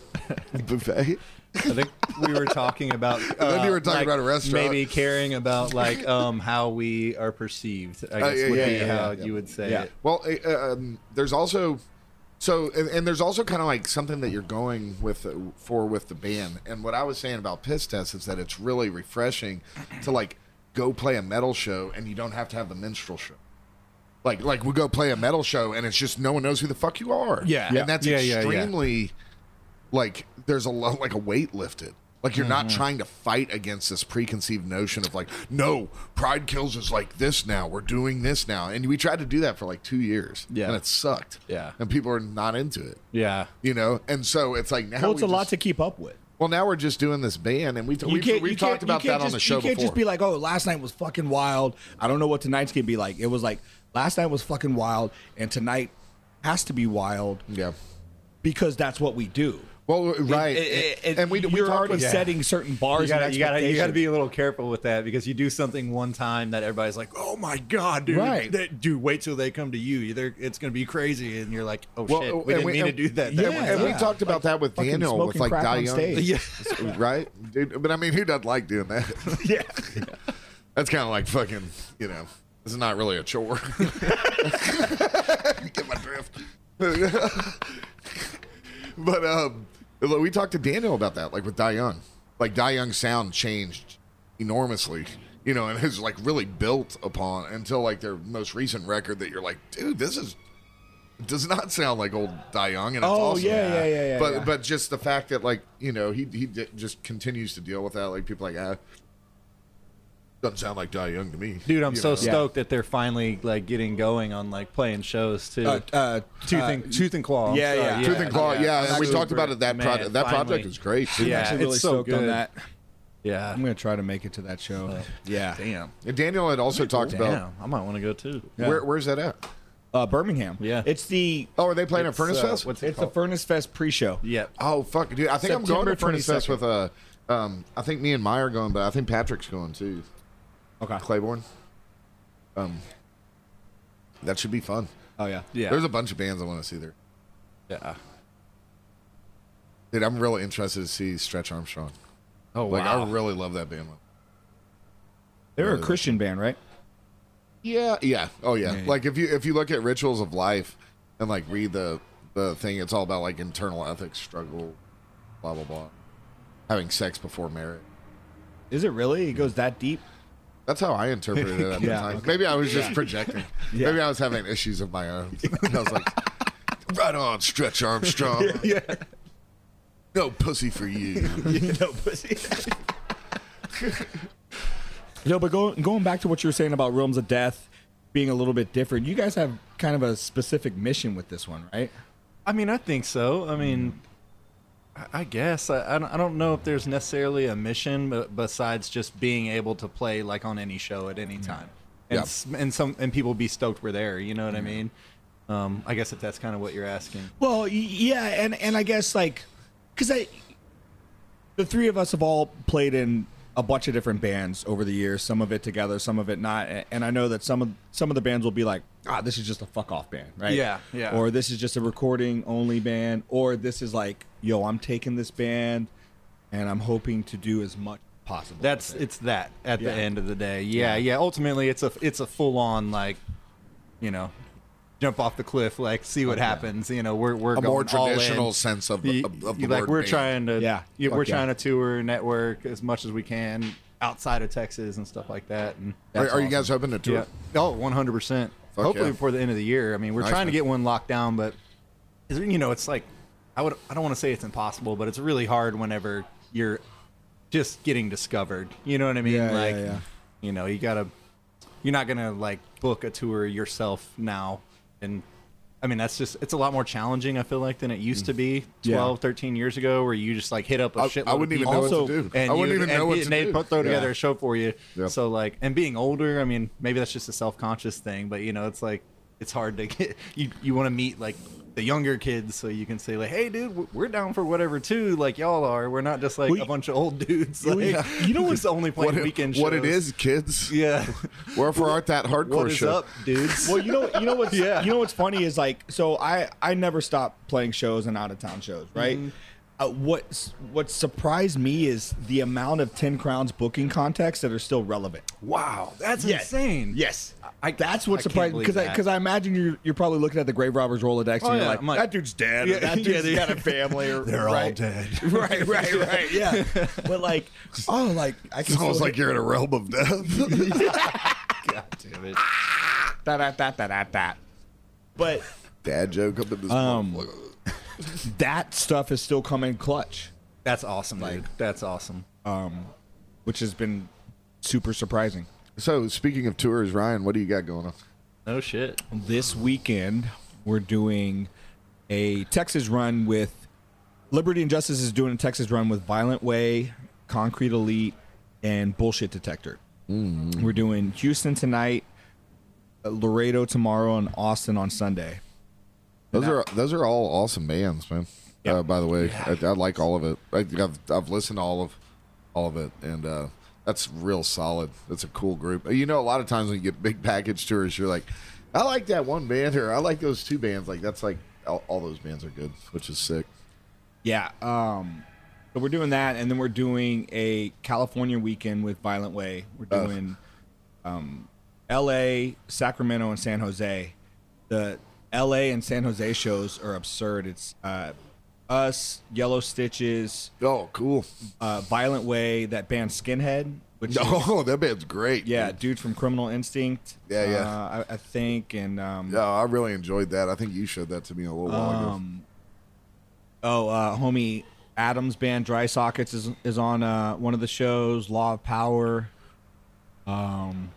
A: buffet.
C: I think we were talking about.
A: then you
C: uh,
A: were talking
C: like,
A: about a restaurant.
C: Maybe caring about like um how we are perceived. I
A: Oh,
C: guess
A: yeah,
C: would
A: yeah,
C: be
A: yeah,
C: how
A: yeah.
C: you would say
B: Yeah.
C: it.
A: Well, uh, um, there's also so, and, and there's also kind of like something that you're going with uh, for with the band. And what I was saying about piss test is that it's really refreshing to like go play a metal show and you don't have to have the minstrel show. Like, like we go play a metal show and it's just no one knows who the fuck you are.
C: Yeah. Yeah.
A: and that's
C: Yeah, yeah, yeah.
A: extremely like there's a lo- like a weight lifted. Like you're
B: Mm-hmm.
A: not trying to fight against this preconceived notion of like, no, Pride Kills is like this now. We're doing this now, and we tried to do that for like two years.
C: Yeah.
A: and it sucked.
C: Yeah.
A: and people are not into it.
C: Yeah.
A: You know, and so it's like now
B: Well, it's
A: we
B: a lot
A: just-
B: to keep up with.
A: Well, now we're just doing this band, and we we
B: can't-
A: we
B: you can't-
A: talked about
B: you
A: that
B: can't
A: on
B: just-
A: the show
B: You can't
A: before.
B: just be like, "Oh, last night was fucking wild." I don't know what tonight's gonna be like. It was like last night was fucking wild, and tonight has to be wild
A: yeah.
B: because that's what we do.
A: Well, right,
B: It- it-
A: and we we
B: you're
A: talked
B: already
A: about-
B: setting certain bars.
C: You gotta,
B: and
C: you gotta, you gotta
B: expectations.
C: be a little careful with that because you do something one time that everybody's like, "Oh my god, dude,
B: Right.
C: That- dude, wait till they come to you. They're, it's gonna be crazy," and you're like, "Oh
A: Well,
C: shit,
A: and
C: we didn't
A: we-
C: mean to
A: and-
C: do that."
A: Yeah,
C: that
A: and-
C: one
A: and we
C: time."
A: talked about that with
B: fucking
A: Daniel, with
B: smoking
A: like
B: crack
A: Die
B: on
A: Young.
B: stage.
C: Yeah.
A: right? Dude, but I mean, who doesn't like doing that? yeah. That's kind of like fucking, you know, this is not really a chore. Get my drift. but um, look, we talked to Daniel about that, like with Die Young. Like Die Young's sound changed enormously, you know, and it's like really built upon until like their most recent record that you're like, dude, this is does not sound like old Die Young, and it's
B: Oh,
A: awesome.
B: yeah, yeah, yeah, yeah,
A: But
B: yeah.
A: but just the fact that like you know he he di- just continues to deal with that, like people like ah, doesn't sound like Die Young to me,
C: "Ah, dude, I'm
A: You
C: so
A: know?
C: stoked that they're finally like getting going on like playing shows too.
B: Uh, uh,
C: tooth,
B: uh,
C: and, tooth and claw. I'm
B: yeah,
C: sorry.
B: yeah.
A: Tooth and Claw, yeah,
C: I'm
A: and we
C: super-
A: talked about it. That
C: man,
A: project, that
C: finally.
A: project is great. dude.
C: Yeah.
B: actually
C: it's
B: really
C: so
B: stoked on
C: good.
B: that.
C: Yeah.
B: I'm gonna try to make it to that show. yeah,
C: Damn.
A: And Daniel had also talked about
C: Damn. I might want to go too.
B: Yeah.
A: where where's that at?
B: uh, Birmingham.
C: Yeah.
B: it's the
A: Oh, are they playing at Furnace
C: uh,
A: Fest?
C: what's it
B: it's the
C: called?
B: Furnace Fest pre-show.
C: Yeah.
A: Oh fuck, dude! I think I'm going
B: September
A: to Furnace Fest
B: 22nd.
A: with uh, um, I think me and Maya are going, but I think Patrick's going too.
B: Okay.
A: Claiborne. Um, that should be fun.
B: Oh yeah.
C: Yeah.
A: There's a bunch of bands I want to see there.
C: yeah.
A: Dude, I'm really interested to see Stretch Armstrong.
C: Oh
A: Like
C: wow!
A: I really love that band.
B: They're a Christian band, right?
A: Yeah, yeah. Oh yeah. Like if you if you look at Rituals of Life and like read the the thing, it's all about like internal ethics struggle, blah blah blah. Having sex before marriage.
B: Is it really? It goes that deep?
A: That's how I interpreted it at
B: Yeah,
A: the time.
B: okay.
A: Maybe I was just projecting. Maybe I was having issues of my own. And I was like, right on, Stretch Armstrong.
B: Yeah.
A: No pussy for you.
B: no pussy. no, but going going back to what you were saying about Realms of Death being a little bit different, you guys have kind of a specific mission with this one, right?
C: I mean, I think so. I mean, I- I guess I, I don't- I don't know if there's necessarily a mission, but besides just being able to play like on any show at any time, and
A: Yeah.
C: s- and some and people be stoked we're there. You know what I mean? Um, I guess if that's kind of what you're asking.
B: Well, y- yeah, and and I guess like because I the three of us have all played in a bunch of different bands over the years. Some of it together, some of it not. a- And I know that some of some of the bands will be like, ah, this is just a fuck off band, right?
C: Yeah, yeah.
B: Or this is just a recording only band, or this is like, yo, I'm taking this band, and I'm hoping to do as much possible.
C: That's
B: with it.
C: it's that at
B: Yeah.
C: the end of the day. Yeah, yeah, Ultimately, it's a it's a full on like, you know, jump off the cliff, like see what happens. You know, we're we're
A: A
C: going
A: more
C: all in.
A: traditional sense of,
C: You-
A: of, of the
C: you- like
A: word
C: we're
A: band.
C: trying to
B: Yeah.
C: yeah,
B: Fuck
C: we're
B: yeah.
C: trying to tour network as much as we can outside of Texas and stuff like that. And
A: Are, are you guys open to tour?
C: yeah, oh, 100 percent.
A: Fuck
C: Hopefully
A: yeah.
C: before the end of the year. I mean, we're
A: Nice,
C: trying to
A: man.
C: get one locked down, but is it- you know, it's like I would I don't want to say it's impossible, but it's really hard whenever you're just getting discovered. You know what I mean?
B: Yeah, yeah,
C: like
B: yeah.
C: you know, you gotta you're not gonna like book a tour yourself now and I mean that's just it's a lot more challenging I feel like than it used to be 12 13 years ago where you just like hit up a
A: Mm. I-
C: shitload
A: I wouldn't
C: of
A: even
C: people
A: know what to
C: also,
A: do.
C: and
A: I wouldn't
C: you-
A: even
C: and
A: know what
C: he-
A: to
C: and they'd
A: do.
C: put- throw together
B: Yeah.
C: a show for you.
A: Yep.
C: So like, and being older, I mean, maybe that's just a self conscious thing, but you know, it's like it's hard to get you. You want to meet like the younger kids so you can say like, hey, dude, w- we're down for whatever too, like y'all are. We're not just like
B: We-
C: a bunch of old dudes. Like,
B: we-
C: you know what's only playing
A: What, it-
C: weekend
A: what it
C: shows.
A: is, kids.
C: Yeah.
A: Wherefore art that hardcore
C: what is
A: show?
C: up, dudes?
B: well, you know, you know what's
C: Yeah.
B: you know what's funny is like, so I I never stopped playing shows and out of town shows, right?
C: Mm-hmm.
B: Uh, what what surprised me is the amount of Ten Crowns booking contacts that are still relevant.
C: wow, that's
B: Yes.
C: insane.
B: Yes,
C: I-
B: that's
C: I
B: what
C: can't
B: surprised me
C: believe
B: because
C: that.
B: because I, imagine you're you're probably looking at the grave robbers Rolodex
C: Oh,
B: and you're
C: yeah,
B: like,
C: I'm like,
B: that dude's dead.
C: Yeah,
B: or that
C: yeah,
B: dude's
C: they-
B: got a family. Or,
C: They're all
B: right?
C: dead.
B: Right, right, right. Yeah, but like, oh, like I can
A: It's almost
B: still
A: like
B: hear-
A: you're in a realm of death.
C: God damn it.
B: da da da da da da. But
A: Dad joke up in this.
B: Um, that stuff is still coming clutch.
C: That's awesome, dude. That's awesome.
B: which has been super surprising.
A: so speaking of tours, Ryan, what do you got going on?
C: No shit.
B: This weekend, we're doing a Texas run with Liberty and Justice is doing a Texas run with Violent Way, Concrete Elite, and Bullshit Detector. We're doing Houston tonight, uh, Laredo tomorrow, and Austin on Sunday.
A: Those are those are all awesome bands, man. Uh, by the way, I, I like all of it. I, I've I've listened to all of all of it, and uh, that's real solid. That's a cool group. You know, a lot of times when you get big package tours, you're like, I like that one band, or I like those two bands. Like that's like all, all those bands are good, which is sick.
B: Yeah. Um, so we're doing that, and then we're doing a California weekend with Violent Way. We're
A: Ugh.
B: doing um, L.A., Sacramento, and San Jose. The L.A. and San Jose shows are absurd. It's uh, us, Yellow Stitches,
A: Oh, cool.
B: uh, Violent Way, that band Skinhead, which is-
A: Oh, that band's great.
B: yeah,
A: dude.
B: dude from Criminal Instinct.
A: Yeah, yeah.
B: Uh, I, I think, and um,
A: Yeah, I really enjoyed that. I think you showed that to me a little while ago.
B: Um, oh, uh, homie, Adam's band Dry Sockets is is on uh, one of the shows. Law of Power. Um,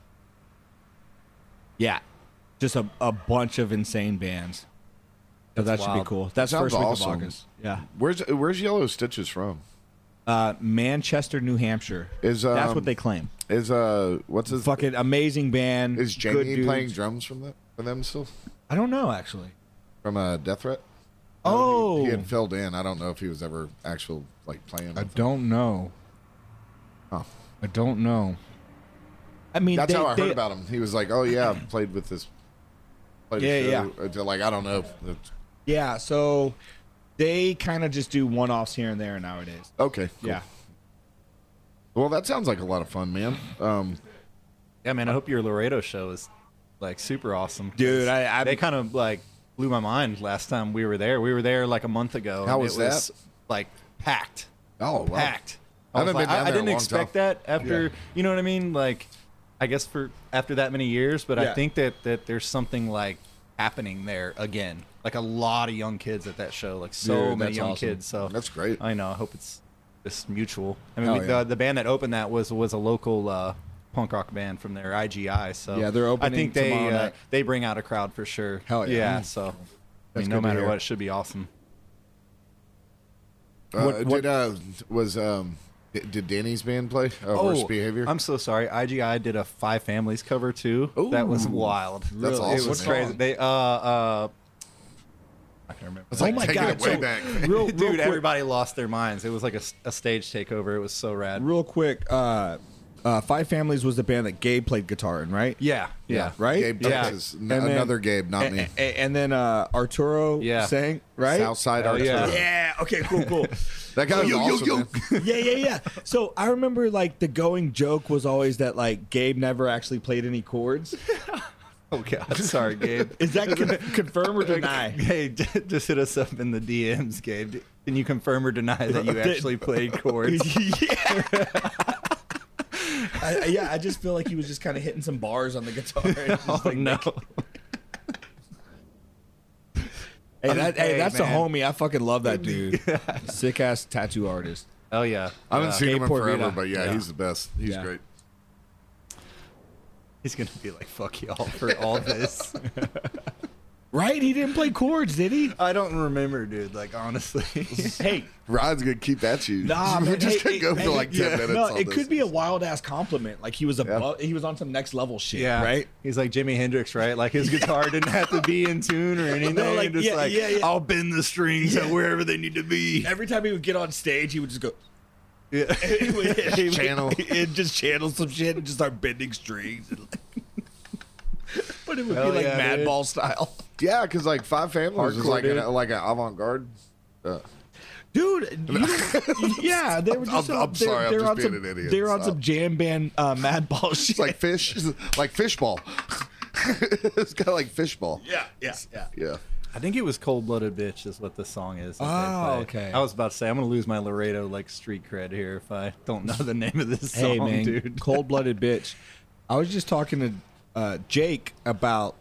B: yeah, just a, a bunch of insane bands. So that
C: That's
B: should
C: wild.
B: be cool. That's
A: Sounds
B: first week
A: awesome.
B: of August. Yeah,
A: Where's Where's Yellow Stitches from?
B: uh, Manchester, New Hampshire.
A: Is,
B: that's
A: um,
B: what they claim.
A: Is uh, what's his
B: Fucking amazing band.
A: Is
B: good
A: Jamie playing
B: dudes.
A: drums from that for them still?
B: I don't know actually.
A: From uh, Death Threat?
B: Oh,
A: He had filled in. I don't know if he was ever actual like playing.
B: I
A: with them.
B: don't know.
A: Oh.
B: I don't know. I mean,
A: That's
B: they-
A: how I heard
B: they-
A: about him. He was like, "Oh yeah, I played with this." Played a
B: Yeah,
A: show. Uh, Like I don't know. It's-
B: Yeah, so They kind of just do one offs here and there nowadays.
A: Okay. cool.
B: Yeah.
A: Well, that sounds like a lot of fun, man. Um,
C: Yeah, man. I hope your Laredo show is like super awesome,
B: Dude, I- I-
C: they kind of like blew my mind last time we were there. We were there like a month ago.
A: How
C: and
A: was
C: it was like packed,
A: oh, wow.
C: packed.
A: I
C: I, was
A: haven't
C: like,
A: been down
C: I- I
A: there in a
C: didn't
A: long
C: expect
A: time.
C: that after you know what I mean. Like, I guess for after that many years, but
B: Yeah.
C: I think that that there's something like happening there again. Like a lot of young kids at that show. Like so
B: Dude,
C: many
B: that's
C: young
B: awesome.
C: kids. So
A: That's great.
C: I know. I hope it's just mutual. I mean,
B: Hell
C: we,
B: yeah.
C: the, the band that opened that was was a local uh, punk rock band from there, IGI. So
B: Yeah, they're
C: I
B: opening
C: think they
B: tomorrow
C: uh,
B: night.
C: they bring out a crowd for sure.
B: Hell yeah. Mm.
C: so I
B: That's
C: mean,
B: good
C: no
B: to
C: matter
B: hear.
C: what, it should be awesome.
A: Uh,
B: What- what-
A: did uh, was um, d- did Danny's band play uh,
B: Oh,
A: worst behavior?
C: Oh, I'm so sorry. IGI did a Five Families cover too. that was
A: Ooh.
C: wild.
A: That's
C: It
A: awesome,
C: was
A: man.
C: crazy. They uh uh. I can't remember.
A: It's like taking it way
B: Oh so
A: back.
B: Real, real
C: Dude,
B: quick-
C: everybody lost their minds. It was like a, s- a stage takeover. It was so rad.
B: real quick, uh, uh, Five Families was the band that Gabe played guitar in, right?
C: Yeah, yeah,
B: Right?
A: Gabe
C: Yeah.
A: Texas, n-
B: And then-
A: another Gabe, not
B: A-
A: me.
B: a- and then uh, Arturo
C: Yeah.
B: sang, right?
A: Southside
C: Hell
A: Arturo.
C: yeah.
B: Yeah. Okay. Cool. Cool.
A: That guy was
B: Yo, yo,
A: awesome.
B: yo.
A: man.
B: yeah. Yeah. Yeah. So I remember like the going joke was always that like Gabe never actually played any chords.
C: Oh god, sorry, Gabe.
B: Is that con- confirm or deny?
C: Hey, j- just hit us up in the DMs, Gabe. Can you confirm or deny that you
B: Did-
C: actually played chords?
B: yeah. I, I- yeah. I just feel like he was just kind of hitting some bars on the guitar. and just
C: Oh
B: like-
C: no.
B: Hey, that, hey,
C: Hey,
B: that's a
C: man.
B: homie. I fucking love that dude. Sick ass tattoo artist.
C: Oh yeah.
A: I haven't
C: Yeah.
A: seen him
B: Gabe
A: in
B: Porvita.
A: forever, but yeah,
B: Yeah.
A: he's the best. He's
B: Yeah.
A: great.
C: He's gonna be like, "Fuck y'all for all this."
B: Right? He didn't play chords, did he?
C: I don't remember, dude. Like honestly.
B: Hey,
A: Rod's gonna keep at you.
B: nah,
A: We're
B: man.
A: just
B: Hey,
A: gonna go
B: hey, hey,
A: for like ten
B: yeah.
A: minutes.
B: No,
A: on
B: it
A: this.
B: could be a wild ass compliment. Like he was above, he was on some next level shit, right?
C: He's like Jimi Hendrix, right? Like his guitar didn't have to be in tune or anything.
B: No, like,
C: just
B: yeah,
C: like
B: yeah, yeah.
C: I'll bend the strings to wherever they need to be.
B: Every time he would get on stage, he would just go.
C: Yeah.
B: He would- he would-
A: Channel.
B: and just channel some shit and just start bending strings. And like, but it would
C: Hell
B: be like
C: yeah, dude.
B: Madball style,
A: Yeah, because like Five Families is
B: Hardcore,
A: like
B: dude.
A: an, like an avant garde. Uh,
B: dude. you don't- yeah, they were
A: I'm-
B: just.
A: I'm-
B: on-
A: I'm
B: they're,
A: sorry, I'm
B: they're
A: just
B: on
A: being
B: some,
A: an idiot.
B: They're on
A: Stop.
B: some jam band uh, Madball shit.
A: it's like fish, like fishball. it's kind of like fishball.
B: yeah, yeah, yeah.
A: Yeah.
C: I think it was Cold Blooded Bitch is what the song is. that they
B: Oh,
C: play.
B: okay.
C: I was about to say I'm gonna lose my Laredo like street cred here if I don't know the name of this song, dude.
B: cold blooded bitch. I was just talking to uh, Jake about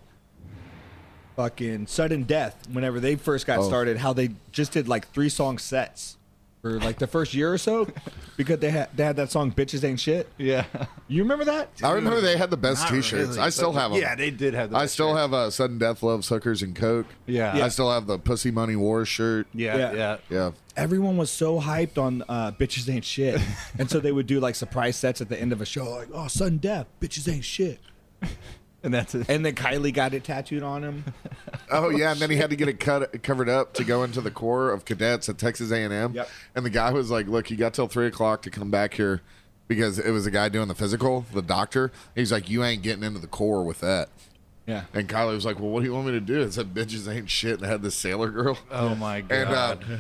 B: fucking sudden death whenever they first got
A: Oh.
B: started. How they just did like three song sets for like the first year or so because they had they had that song "Bitches Ain't Shit."
C: Yeah.
B: You remember that?
A: I remember they had the best T-shirts. I still have them.
C: Yeah, they did have. The
A: I
C: best
A: still
C: shirt.
A: have a sudden death loves hookers and coke.
C: Yeah.
A: I still have the pussy money war shirt.
C: Yeah,
B: Yeah.
C: yeah.
A: Yeah.
B: Everyone was so hyped on uh, "Bitches Ain't Shit," and so they would do like surprise sets at the end of a show, like "Oh, sudden death, bitches ain't shit,"
C: And that's it.
B: and then Kylie got it tattooed on him.
A: Oh yeah, and then he had to get it cut covered up to go into the Corps of Cadets at Texas A and M.
B: Yep.
A: And the guy was like, "Look, you got till three o'clock to come back here." Because it was a guy doing the physical, the doctor. He's like, "You ain't getting into the Corps with that."
B: Yeah.
A: And Kylie was like, "Well, what do you want me to do?" I said, "Bitches ain't shit," and I had this sailor girl.
C: Oh my god.
A: And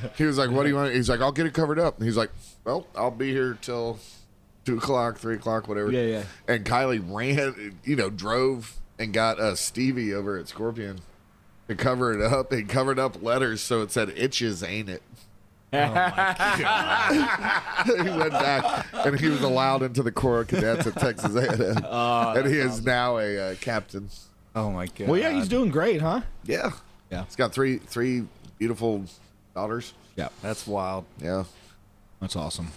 A: uh, he was like, "What do you want?" He's like, "I'll get it covered up." And he's like, "Well, I'll be here till two o'clock, three o'clock, whatever."
B: Yeah, yeah.
A: And Kylie ran, you know, drove and got uh, Stevie over at Scorpion to cover it up. It covered up letters, so it said "itches," ain't it?
B: Oh,
A: he went back, and he was allowed into the Corps of Cadets at Texas A&M,
B: Oh,
A: and he is now a uh, captain.
C: oh my god.
B: Well, yeah, he's doing great, huh?
A: Yeah,
B: Yeah.
A: He's got three three beautiful daughters.
B: Yeah,
C: That's wild.
A: Yeah.
B: that's awesome.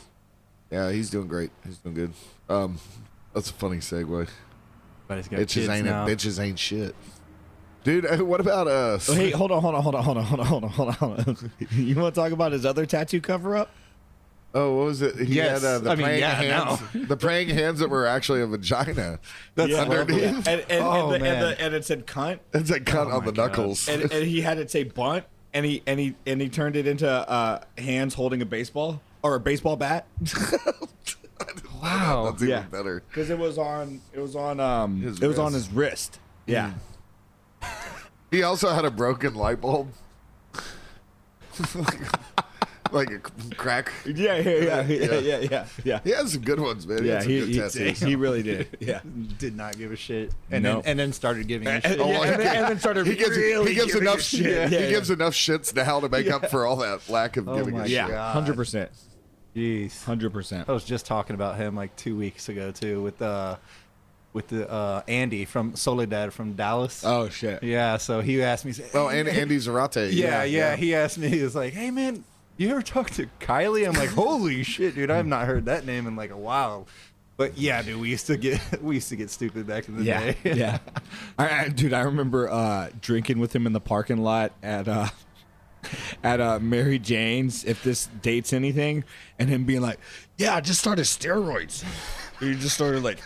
A: Yeah, he's doing great. He's doing good. Um, that's a funny segue.
C: But he's got
A: Bitches
C: kids
A: ain't
C: now.
A: bitches ain't shit. Dude, uh, what about uh?
B: Oh, hey, hold on, hold on, hold on, hold on, hold on, hold on, hold on, hold on. you want to talk about his other tattoo cover up?
A: Oh, what was it? He
C: Yes.
A: had uh, the
C: I mean,
A: praying
C: yeah,
A: hands. The praying hands that were actually a vagina.
C: That's
B: Yeah.
A: underneath.
B: And and,
C: Oh,
B: and, the, and,
C: man.
B: the, and it said cunt,
A: It's like cut on
C: Oh my
A: the
C: God.
A: knuckles.
B: and, and he had it say bunt, and he and he and he turned it into uh, hands holding a baseball or a baseball bat
C: wow.
A: that's even
B: yeah.
A: better.
B: because it was on it was on um
A: His
B: it was on
A: wrist.
B: his wrist. Yeah,
A: He also had a broken light bulb. like a c- crack.
B: Yeah, yeah, yeah,
A: Mm. Yeah.
B: yeah, yeah, yeah, yeah.
A: He had some good ones, man. He had
B: Yeah,
A: some
B: he,
A: good Oh,
B: he,
A: testes.
B: he really did. Yeah.
C: Did not give a shit, and
B: Nope.
C: then and then started giving a
B: And,
C: shit.
A: Oh,
B: and then, and then started
A: he gives
B: really
A: he gives
B: giving
A: enough
B: a
A: shit.
B: shit.
A: he gives enough shits now to make up for all that lack of giving
C: Oh my
A: a
C: God.
A: shit.
B: Yeah, hundred percent,
C: Jeez.
B: Oh hundred percent.
C: I was just talking about him like two weeks ago too with uh with the uh Andy from Soledad from Dallas.
B: Oh shit.
C: yeah, so he asked me. he's like,
A: Well,
C: "Hey,
A: and Andy Zarate.
C: yeah, yeah, He asked me. He was like, "Hey, man, you ever talk to Kylie?" I'm like, "Holy shit, dude! I've not heard that name in like a while." But yeah, dude, we used to get we used to get stupid back in the
B: Yeah,
C: day.
B: yeah. I, I, dude, I remember uh, drinking with him in the parking lot at uh, at uh, Mary Jane's. If this dates anything, and him being like, "Yeah, I just started steroids." he just started like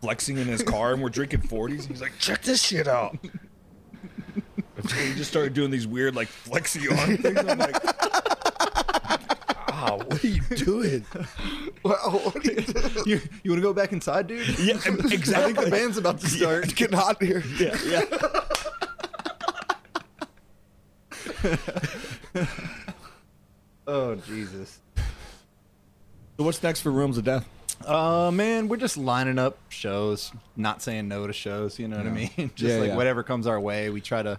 B: flexing in his car, and we're drinking forties. He's like, "Check this shit out." he just started doing these weird like flexi on things. I'm like, "Wow, what are you doing?"
A: Well,
C: you you want to go back inside, dude?
B: Yeah, exactly.
C: the band's about to start.
A: it's getting hot in here.
B: Yeah, yeah.
C: Oh Jesus.
B: So what's next for Rooms of Death?
C: Uh man, we're just lining up shows, not saying no to shows, you know what I mean? just
B: Yeah,
C: like
B: yeah.
C: whatever comes our way, we try to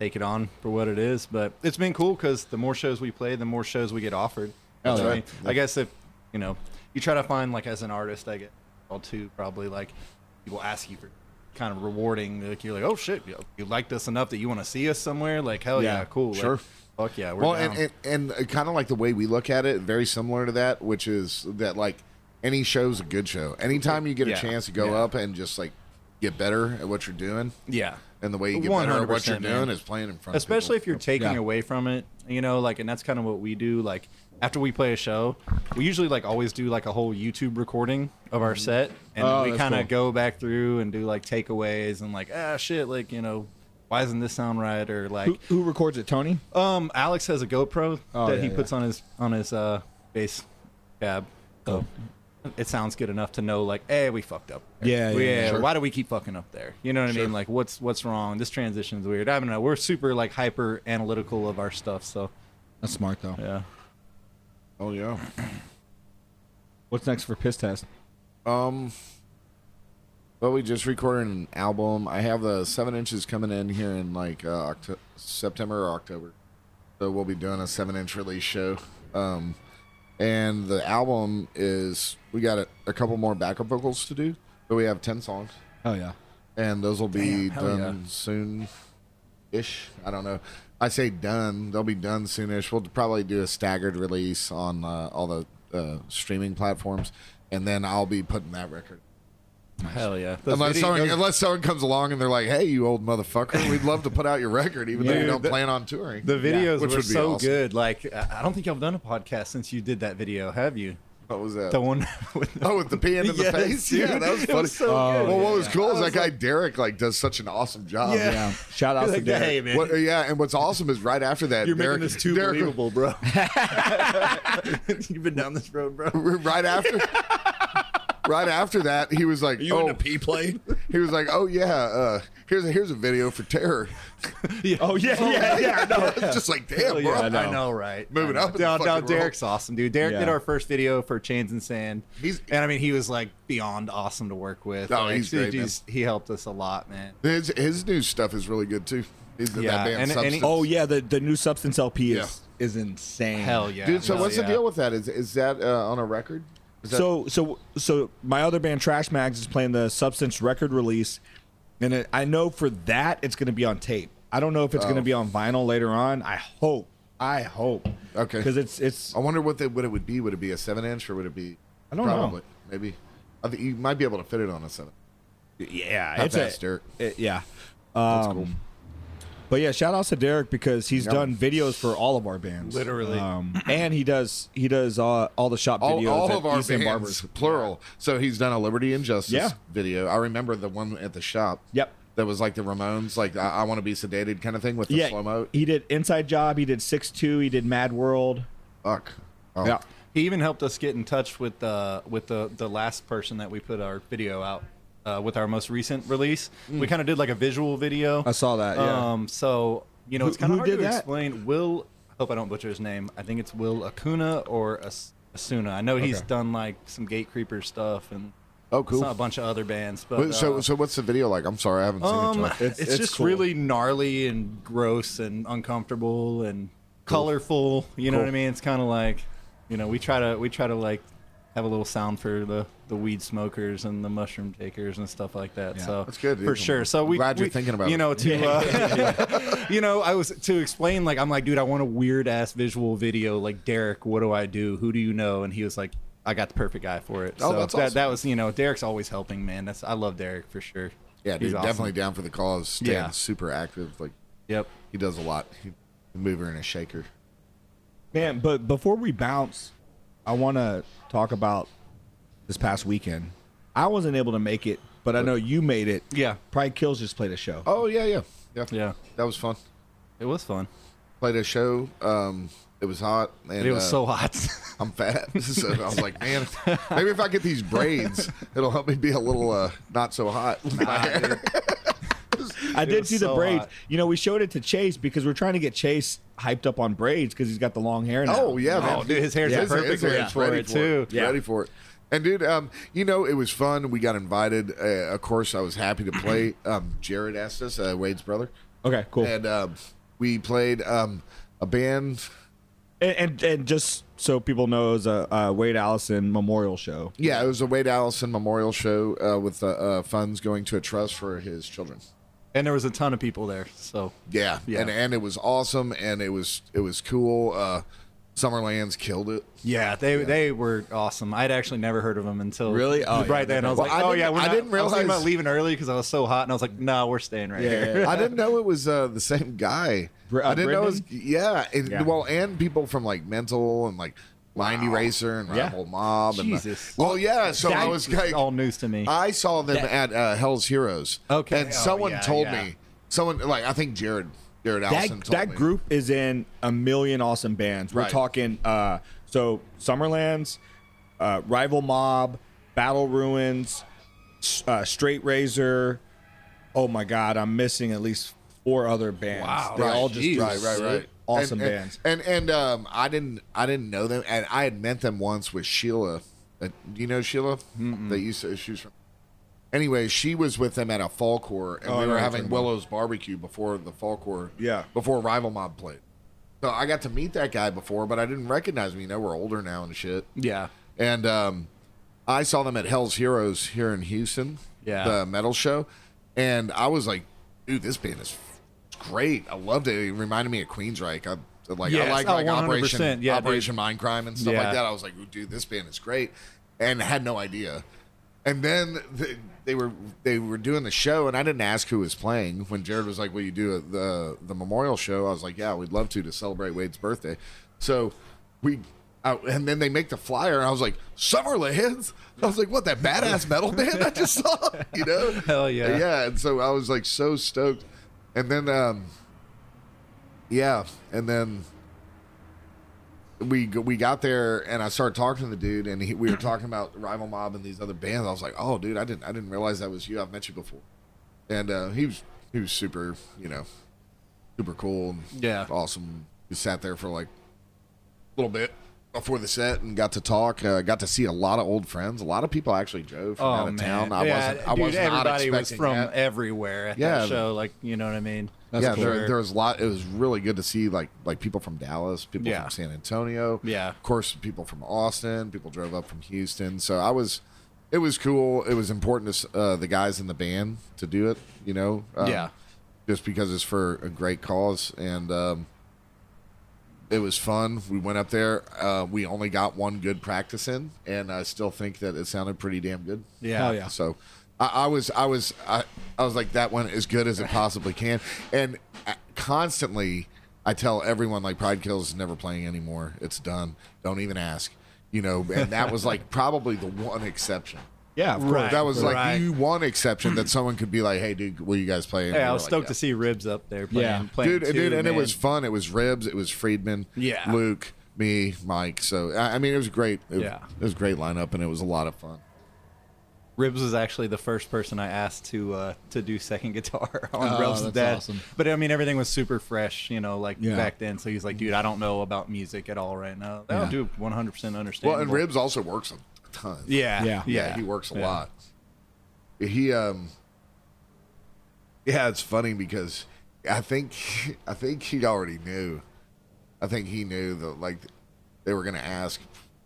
C: take it on for what it is, but it's been cool cuz the more shows we play, the more shows we get offered.
B: Oh,
C: So, I
B: yeah.
C: mean, I guess if, you know, you try to find like as an artist, I get all too probably like people ask you for kind of rewarding like you're like, "Oh shit, you, you liked us enough that you want to see us somewhere?" Like, hell yeah,
B: Yeah,
C: cool. like,
A: sure.
C: fuck yeah, we're
A: well,
C: down.
A: and, and, and kind of like the way we look at it, very similar to that, which is that like any show's a good show. Anytime you get
C: Yeah,
A: a chance to go
C: yeah.
A: up and just like get better at what you're doing,
C: yeah.
A: and the way you get better at what you're
C: 100%, man.
A: doing is playing in front.
C: especially
A: of
C: if you're taking
B: Yeah.
C: away from it you know like and that's kind of what we do like after we play a show we usually like always do like a whole youtube recording of our set and
B: Oh,
C: we
B: that's
C: kind of
B: cool.
C: go back through and do like takeaways and like ah shit like you know why doesn't this sound right or like
B: Who, who records it, Tony?
C: um alex has a gopro
B: Oh,
C: that
B: yeah,
C: he
B: yeah.
C: puts on his on his uh bass cab so it sounds good enough to know like hey we fucked up
B: Yeah, yeah,
C: yeah,
B: yeah. Sure.
C: why do we keep fucking up there? You know what I mean? Like, what's what's wrong? This transition's weird. I don't know. We're super like hyper analytical of our stuff. So
B: That's smart though.
C: yeah,
A: people. Oh yeah.
B: What's next for piss test?
A: Um. Well, we just recorded an album. I have the seven inches coming in here in like uh, Octo- September or October, so we'll be doing a seven inch release show. Um, and the album is we got a, a couple more backup vocals to do, but we have ten songs,
B: Oh yeah.
A: and those will be
C: hell
A: done soon, ish. I don't know. I say done. They'll be done soonish. We'll probably do a staggered release on uh, all the uh, streaming platforms, and then I'll be putting that record
C: hell yeah.
A: unless someone, unless someone comes along and they're like, "Hey, you old motherfucker, we'd love to put out your record, even though you
C: Dude,
A: don't
C: the-
A: plan on touring."
C: the videos
A: Which
C: were
A: would be
C: so
A: awesome.
C: good. Like, I I don't think I've done a podcast since you did that video, have you?
A: what was that?
C: The one with the,
A: oh, with the pan in the
C: Yes,
A: face. Yeah,
C: dude.
A: that was
C: It
A: funny.
C: was so good.
A: Well, what
C: Yeah.
A: was cool is
C: I
A: that
C: was
A: guy Derek like does such an awesome job.
C: Yeah.
B: Yeah. Shout out to
C: like,
B: Derek.
C: hey man,
A: What, yeah, and what's awesome is right after that,
C: you're
A: Derek,
C: making this too
A: Derek-
C: believable, bro. You've been down this road, bro.
A: Right after, right after that, he was like, "Oh,
B: P plane?
A: he was like, oh yeah, uh, here's a, here's a video for terror."
B: oh yeah, yeah, yeah. No.
A: it's just like, damn,
C: Hell
A: bro,
C: yeah,
B: I know.
C: I know, right?
A: Moving
C: I know.
A: up in the
C: No, no,
A: fucking
C: Derek's awesome, dude. Derek did
B: Yeah.
C: our first video for Chains and Sand,
A: He's-
C: and I mean, he was like beyond awesome to work with.
A: No,
C: Like,
A: he's
C: dude,
A: great, man.
C: he helped us a lot, man.
A: His his new stuff is really good too. He's in
C: Yeah,
A: that band
C: and- and he-
A: Substance.
B: Oh yeah, the, the new substance LP is is insane.
C: Hell yeah,
A: dude. So
C: Hell
A: what's
C: yeah.
A: the deal with that? Is is that uh, on a record? Is that,
B: So so so my other band Trash Mags is playing the Substance record release, and it, I know for that it's going to be on tape. I don't know if it's going to be on vinyl later on. I hope. I hope.
A: Okay.
B: Because it's it's
A: I wonder what they, what it would be. Would it be a seven inch or would it be?
B: I don't know.
A: probably, Maybe. I think you might be able to fit it on a seven.
B: yeah
A: How
B: it's a-
A: fast, Derek?
B: it- yeah. Um, But yeah, shout outs to Derek because he's
A: Yeah.
B: done videos for all of our bands,
C: Literally.
B: um, and he does he does all, all the shop
A: All,
B: videos.
A: all
B: at
A: of our
B: East End
A: bands,
B: Barbers.
A: plural. So he's done a Liberty and Justice
B: Yeah.
A: video. I remember the one at the shop.
B: Yep.
A: That was like the Ramones, like I, I want to be sedated kind of thing with the
B: yeah,
A: slow mo.
B: he did Inside Job. He did Six Two. He did Mad World.
A: Fuck. Oh.
B: Yeah,
C: He even helped us get in touch with uh, with the the last person that we put our video out uh, with our most recent release.
A: Mm.
C: We kind of did like a visual video.
B: I saw that. Yeah,
C: Um, so you know,
B: Who-
C: it's kind
B: who
C: of hard
B: did
C: to
B: that?
C: explain. Will hope I don't butcher his name. I think it's Will Acuna or As- Asuna. I know he's
B: Okay.
C: done like some Gate Creeper stuff and
A: Oh, cool.
C: saw a bunch of other bands. But
A: Wait, so,
C: uh,
A: so what's the video like? I'm sorry, I haven't seen
C: um,
A: it. Josh.
C: it's,
B: It's- it's
C: just
B: cool.
C: really gnarly and gross and uncomfortable and colorful. You know what I mean? It's kind of like, you know, we try to we try to like have a little sound for the the weed smokers and the mushroom takers and stuff like that. so
A: That's good, dude.
C: for sure. So we
A: Glad you're
C: we-
A: thinking about
C: you
A: it.
C: know to uh, you know I was to explain like I'm like dude I want a weird ass visual video like Derek what do I do who do you know and he was like. I got the perfect guy for it.
A: Oh,
C: so
A: that's
C: that,
A: awesome.
C: that was, you know, Derek's always helping, man. That's I love Derek for sure.
A: yeah, dude,
C: He's awesome.
A: definitely down for the cause. Stan's
C: Yeah.
A: super active. Like
C: Yep.
A: he does a lot. He a mover and a shaker.
B: Man, but before we bounce, I want to talk about this past weekend. I wasn't able to make it, but I know you made it.
C: Yeah.
B: Pride Kills just played a show.
A: Oh yeah, yeah, yeah,
C: Yeah.
A: That was fun.
C: It was fun.
A: Played a show. Um, it was hot. And,
C: it was
A: uh,
C: so hot.
A: I'm fat, so I was like, man, maybe if I get these braids, it'll help me be a little uh, not so hot.
B: I did
C: was
B: see the
C: so
B: braids.
C: hot.
B: You know, we showed it to Chase because we're trying to get Chase hyped up on braids because he's got the long hair now.
A: Oh yeah, man.
C: Oh, dude, his hair's in perfect
A: hair's
C: range for it, too.
A: Yeah. Ready for it. And dude, um, you know it was fun. We got invited. Uh, of course, I was happy to play. Um, Jared asked us, uh, Wade's brother,
B: Okay, cool. And,
A: and um, we played um, a band.
B: and and just so people know, it's a, uh Wade Allison memorial show.
A: Yeah, it was a Wade Allison memorial show uh, with uh, uh, funds going to a trust for his children.
C: and there was a ton of people there. So
A: Yeah,
C: Yeah.
A: and and it was awesome, and it was it was cool. Uh, Summerlands killed it.
C: yeah, they they were awesome. I'd actually never heard of them until
B: Really? Oh,
C: right
B: yeah,
C: then. I was
A: they're-
C: like,
A: Well, I
C: oh
A: didn't-
C: yeah, we're
A: I didn't
C: not, I was thinking
A: realize-
C: about leaving early because I was so hot, and I was like, no, we're staying right here.
A: I didn't know it was uh, the same guy.
B: Br- uh,
A: I didn't know it was yeah, and,
B: Yeah.
A: Well, and people from like Mental and like Mind Eraser and
B: Yeah.
A: Rebel Mob. And the-
C: Jesus.
A: well, yeah. So I was
C: This is
A: like,
C: all news to me.
A: I saw them at uh, Hell's Heroes.
C: Okay.
A: And
C: Oh,
A: someone
C: yeah,
A: told
C: yeah.
A: me, someone like I think Jared Jared
B: that,
A: Allison told
B: that
A: me.
B: group is in a million awesome bands. We're
A: Right.
B: talking uh so Summerlands, uh Rival Mob, Battle Ruins, s- uh Straight Razor. Oh my god, I'm missing at least four other bands.
C: Wow.
B: They
A: Right,
B: all just
A: jeez.
B: do
A: right, right,
B: sick,
A: right.
B: Awesome
A: and, and-
B: bands.
A: And and um, I didn't I didn't know them, and I had met them once with Sheila. Uh, do you know Sheila? That used to she was from. Anyway, she was with them at a fall core,
B: Oh,
A: and we were having Willow's barbecue before the fall core.
B: Yeah.
A: Before Rival Mob played, so I got to meet that guy before, but I didn't recognize him. You know, we're older now and shit.
C: yeah.
A: And um, I saw them at Hell's Heroes here in Houston,
C: Yeah.
A: the metal show, and I was like, "Dude, this band is great. I loved it. It reminded me of Queensryche. I like,
C: Yes.
A: I like,
C: Oh,
A: like Operation
C: 100%. Yeah,
A: Operation Mindcrime and stuff like
C: Yeah.
A: that. I was like, "Dude, this band is great," and had no idea. And then the, they were they were doing the show, and I didn't ask who was playing. When Jared was like, "Will you do at the the memorial show?" I was like, "Yeah, we'd love to to celebrate Wade's birthday." So we. I, and then they make the flyer, and I was like, "Summerlands." I was like, "What? That badass metal band I just saw?" You know?
C: Hell yeah.
A: Yeah. And so I was like so stoked. And then, um, yeah, and then we g- we got there and I started talking to the dude and he, we were talking about Rival Mob and these other bands. I was like, "Oh, dude, I didn't I didn't realize that was you. I've met you before." And uh, he was he was super, you know, super cool and
C: Yeah.
A: awesome. We sat there for like a little bit before the set and got to talk. Uh, got to see a lot of old friends. A lot of people actually drove from out
C: Oh
A: of
C: man.
A: town. I
C: yeah,
A: wasn't. I
C: dude,
A: was not
C: everybody was
A: expecting
C: from
A: that.
C: everywhere at
A: Yeah.
C: that show. Like, you know what I mean?
A: yeah,
C: cool.
A: there, there was a lot. It was really good to see like like people from Dallas, people
C: Yeah.
A: from San Antonio,
C: Yeah.
A: of course, people from Austin, people drove up from Houston. So I was, it was cool. It was important to s- uh, the guys in the band to do it, you know, um,
C: Yeah.
A: just because it's for a great cause and um, it was fun. We went up there. Uh, we only got one good practice in, and I still think that it sounded pretty damn good.
C: Yeah. Hell yeah.
A: So I, I was, I was, I, I was like that one as good as it possibly can, and uh, constantly I tell everyone like Pride Kills is never playing anymore. It's done. Don't even ask. You know, and that was like probably the one exception.
B: yeah, of course.
C: Right.
A: That was like
C: Right.
A: the one exception that someone could be like, "Hey, dude, will you guys play?" And
C: Yeah,
A: we
C: I
A: were
C: was
A: like,
C: stoked
A: "Yeah."
C: to see Ribs up there playing.
B: Yeah.
C: playing
A: dude,
C: too,
A: dude, and it
C: man.
A: was fun. It was Ribs, it was Friedman,
C: Yeah.
A: Luke, me, Mike. So I, I mean, it was great. It,
C: Yeah.
A: it was a great lineup, and it was a lot of fun.
C: Ribs was actually the first person I asked to uh, to do second guitar on
E: Oh,
C: Realms of
E: that's
C: Death.
E: awesome.
C: But I mean, everything was super fresh, you know, like
D: Yeah.
C: back then. So he's like, "Dude, I don't know about music at all right now." That'll
D: Yeah.
C: do 100 percent understand.
A: Well, and Ribs also works a ton.
C: Yeah,
D: Yeah.
C: yeah,
A: yeah, he works a lot. He um Yeah, it's funny because I think I think he already knew. I think he knew that like they were gonna ask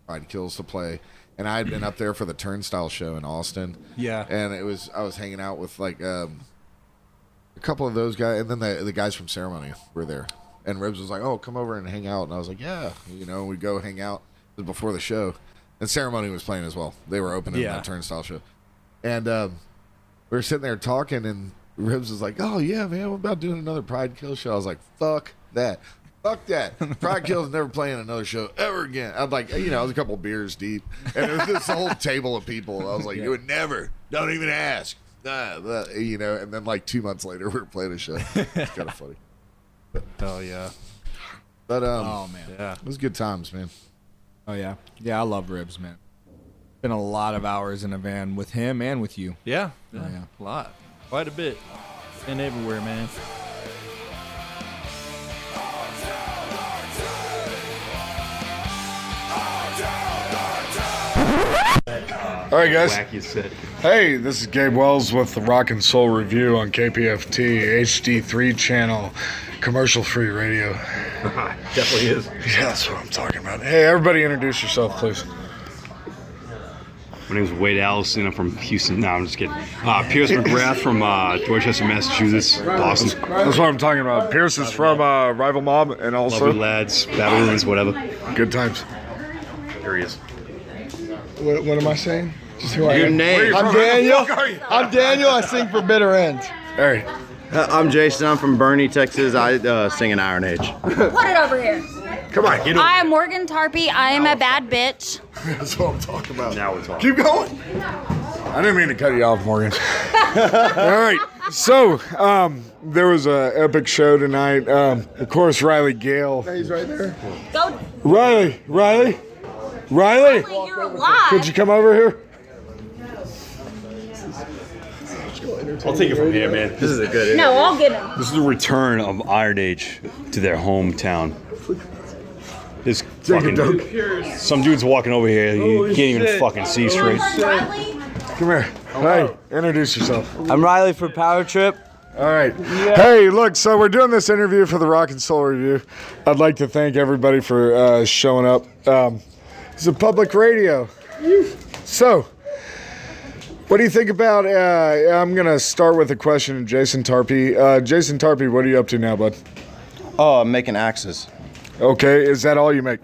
A: Pride Kills to play. And I had been up there for the turnstile show in Austin.
C: Yeah.
A: And it was I was hanging out with like um a couple of those guys and then the the guys from ceremony were there. And Ribs was like, Oh, come over and hang out and I was like, Yeah, you know, we go hang out It was before the show. And ceremony was playing as well. They were opening
C: Yeah.
A: that turnstile show. And um we were sitting there talking, and Ribs was like, "Oh yeah, man, we're about doing another Pride Kill show." I was like, "Fuck that, fuck that." Pride Kill's never playing another show ever again. I'm like, you know, I was a couple beers deep, and it was this whole table of people. I was like, "You would never, don't even ask." Nah, blah," you know, and then like two months later, we were playing a show. It's kind of funny,
C: Oh yeah,
A: but um,
D: Oh man.
C: yeah.
A: it was good times, man.
D: Oh yeah. Yeah, I love ribs, man. Been a lot of hours in a van with him and with you.
C: Yeah,
D: Oh, yeah.
C: a lot, quite a bit, and everywhere, man.
F: All right, guys.
G: wacky set.
F: Hey, this is Gabe Wells with the Rock and Soul Review on KPFT HD3 channel, commercial free radio.
G: Definitely is.
F: Yeah, that's what I'm talking about. Hey, everybody, introduce yourself, please.
G: My name is Wade Allison. I'm from Houston. No, I'm just kidding. Uh, Pierce McGrath from uh, Dorchester, Massachusetts. Boston.
F: That's what I'm talking about. Pierce is from uh, Rival Mob and
G: Lovely
F: also
G: lads, battle wounds, whatever.
F: Good Times.
G: There he is.
H: What, what am I saying? Just who I
G: Your
H: am.
G: name.
H: I'm Daniel. I'm Daniel. I sing for Bitter End.
F: Hey,
I: Uh, I'm Jason. I'm from Bernie, Texas. I uh, sing in Iron Age.
J: Put it over here.
F: come on, get
J: I am Morgan Tarpey. I am a bad bitch.
F: That's what I'm talking about.
G: Now we're talking.
F: Keep going. I didn't mean to cut you off, Morgan. All right. So, um, there was a epic show tonight. Um, of course, Riley Gale.
H: He's right there.
J: Go,
F: Riley, Riley, Riley.
J: Billy, you're
F: Could
J: alive.
F: you come over here?
G: I'll take it from here, man. This is a good.
J: No, I'll get him.
G: This is the return of Iron Age to their hometown. This fucking some dude's walking over here. You can't even fucking see straight.
J: Riley,
F: Come here. Hey, introduce yourself.
I: I'm Riley for Power Trip.
F: All right. Hey, look, so we're doing this interview for the Rock and Soul Review. I'd like to thank everybody for uh, showing up. Um, it's a public radio. So, what do you think about? Uh, I'm going to start with a question to Jason Tarpey. Uh, Jason Tarpey, what are you up to now, bud?
I: Oh, I'm making axes.
F: Okay, is that all you make?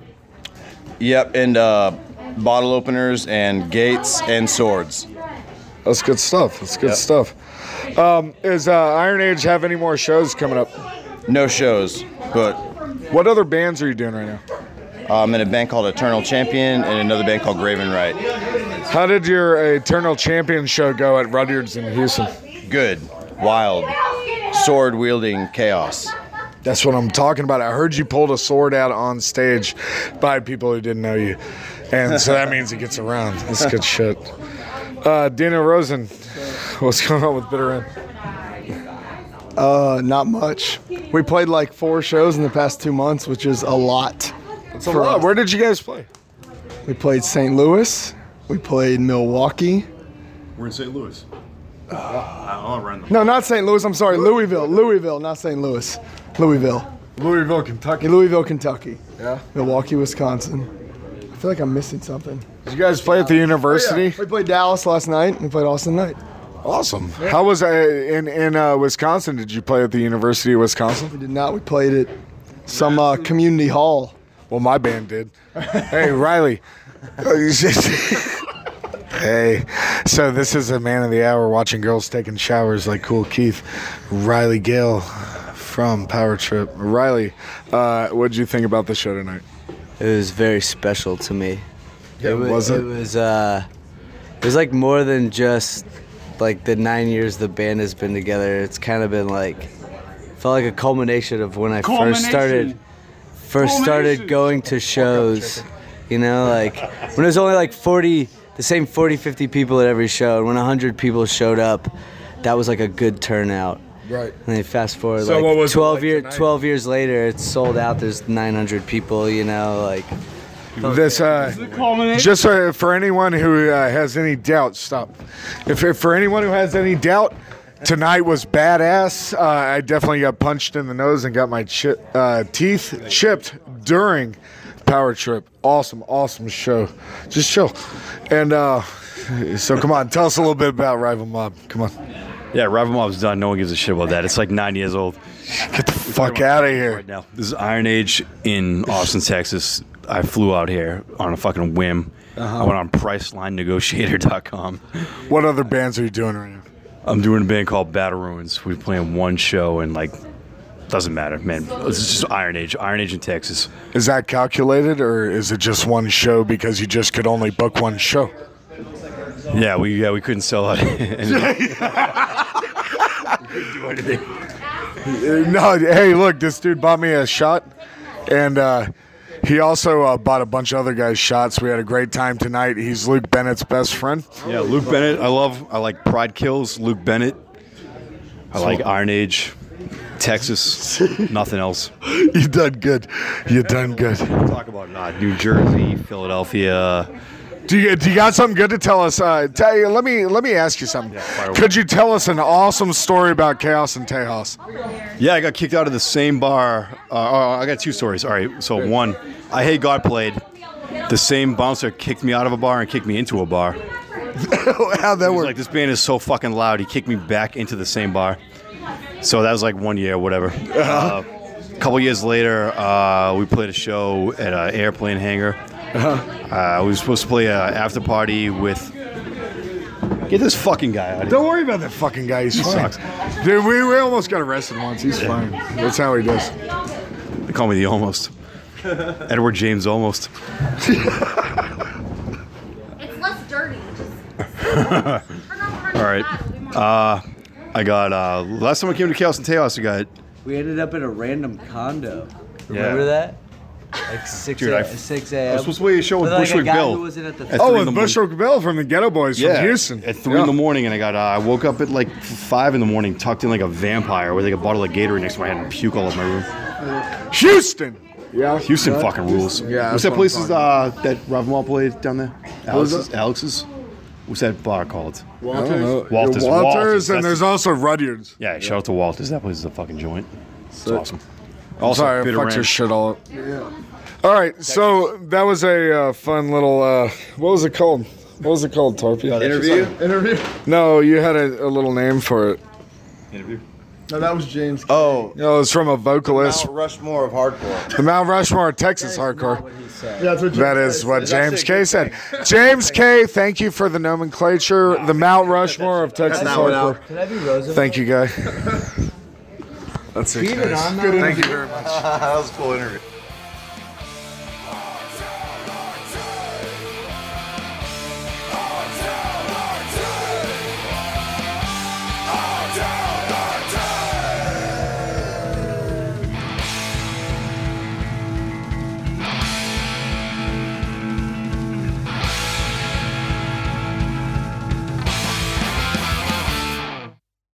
I: Yep, and uh, bottle openers and gates and swords.
F: That's good stuff. That's good
I: Yep.
F: stuff. Um, is uh, Iron Age have any more shows coming up?
I: No shows, but uh,
F: What other bands are you doing right now?
I: I'm in a band called Eternal Champion and another band called Graven Right.
F: How did your Eternal Champion show go at Rudyard's in Houston?
I: Good, wild, sword wielding chaos.
F: That's what I'm talking about. I heard you pulled a sword out on stage by people who didn't know you. And so that means it gets around. That's good shit. Uh, Dana Rosen, what's going on with Bitter End?
H: Uh, not much. We played like four shows in the past two months, which is a lot.
F: It's a lot. Where did you guys play?
H: We played St. Louis. We played Milwaukee.
G: We're in St. Louis. I'll run them.
H: No, not St. Louis. I'm sorry, Louisville. Louisville, not St. Louis. Louisville.
F: Louisville, Kentucky.
H: Louisville, Kentucky.
F: Yeah.
H: Milwaukee, Wisconsin. I feel like I'm missing something.
F: Did you guys play at the university?
H: We played Dallas last night. We played Austin tonight.
F: Awesome. How was uh, in in uh, Wisconsin? Did you play at the University of Wisconsin?
H: We did not. We played at some uh, community hall.
F: Well, my band did. hey, Riley. hey. So this is a man of the hour watching girls taking showers like cool Keith. Riley Gill from Power Trip. Riley, uh, what did you think about the show tonight?
K: It was very special to me.
F: It
K: wa-
F: was it?
K: It was. Uh, it was like more than just like the nine years the band has been together. It's kind of been like felt like a culmination of when I first started. First started going to shows. You know, like when it was only like 40 the same 40, 50 people at every show. And when 100 people showed up, that was like a good turnout.
F: Right.
K: And then fast forward
F: So what
K: like
F: was it
K: 12
F: like
K: year,
F: tonight?
K: 12 years later, it's sold out. There's 900 people, you know, like
F: This uh, just uh, for anyone who uh, has any doubt, stop. If, if for anyone who has any doubt, tonight was badass. Uh, I definitely got punched in the nose and got my chi- uh, teeth chipped during Power Trip. Awesome, awesome show. Just chill. And uh, so, come on, tell us a little bit about Rival Mob. Come on,
G: Yeah, Rival Mob's done. No one gives a shit about that. It's like nine years old.
F: get the fuck out of here.
G: Right now, this is Iron Age in Austin, Texas. I flew out here on a fucking whim. I went on PricelineNegotiator.com.
F: What other bands are you doing right now?
G: I'm doing a band called Battle Ruins. We're playing one show and like, doesn't matter, man. This is just Iron Age. Iron Age in Texas.
F: Is that calculated, or is it just one show because you just could only book one show?
G: Yeah, we yeah we couldn't sell out. Anyway. do anything.
F: No, hey, look, this dude bought me a shot, and uh, he also uh, bought a bunch of other guys shots. We had a great time tonight. He's Luke Bennett's best friend.
G: Yeah, Luke Bennett. I love. I like Pride Kills. Luke Bennett. I like Iron Age, Texas. Nothing else.
F: You done good. You done good.
G: Talk about not New Jersey, Philadelphia.
F: Do you do you got something good to tell us? Uh, tell you, let me let me ask you something.
G: fire
F: Could you tell us an awesome story about chaos in Tejas?
G: Yeah, I got kicked out of the same bar. Uh, oh, I got two stories. All right, so one, I hate God played. The same bouncer kicked me out of a bar and kicked me into a bar.
F: How that
G: It was
F: worked?
G: like this band is so fucking loud. He kicked me back into the same bar. So that was like one year, whatever.
F: Uh-huh.
G: Uh, a couple years later, uh, we played a show at an airplane hangar.
F: Uh-huh.
G: Uh, we were supposed to play an after party with. Get this fucking guy out of here.
F: Don't worry about that fucking guy. He's fine. Dude, we, we almost got arrested once. He's fine. That's how he does.
G: They call me the almost. Edward James almost.
J: It's less dirty.
G: All right. Uh, I got uh, last time I came to Chaos and Taos, I got
K: we ended up in a random condo. Remember that? Like 6
G: Dude, I-
K: a, 6 a.m.
G: I was supposed to play a show with
K: With, like, a
G: Bushwick
K: guy
G: Bill.
K: who wasn't at the-
G: at
F: Oh,
G: three in
F: with
G: the morning.
F: Bushwick Bell from the Ghetto Boys from Houston.
G: At three in the morning, and I got uh, I woke up at like f- five in the morning, tucked in like a vampire with like a bottle of Gatorade next to my head and puke all over my room.
F: Houston. Yeah.
G: Houston fucking rules.
F: Yeah,
G: What's
F: that's
G: that
F: what
G: place
F: I'm
G: is, uh,
F: talking
G: that Ravmal played down there?
F: was
G: Alex's. Alex's. What's that bar called?
F: Walters. I don't know.
G: Walters,
F: Walters,
G: Walters,
F: and
G: that's-
F: there's also Rudyard's.
G: Yeah, shout out to Walters. That place is a fucking joint. It's awesome.
F: I'm
G: Also,
F: sorry, I
G: Bitter
F: fucked your
G: Ranch.
F: shit all up. All right, so that was a uh, fun little. Uh, what was it called? What was it called, Tarpy?
H: Interview?
F: Interview. No, you had a, a little name for it.
H: No, that was James.
I: Oh,
F: You know, it was from a vocalist,
I: Mount Rushmore of hardcore.
F: the Mount Rushmore, of Texas hardcore.
H: that's what
F: That is what
I: That's
F: James
I: it,
F: K
I: good
F: said. James K, thank you for the nomenclature. The Mount Rushmore of Texas
I: that one
F: hardcore.
K: Could I be Roosevelt?
F: Thank you, guy. That's it. guys. Thank you very much.
I: that was a cool interview.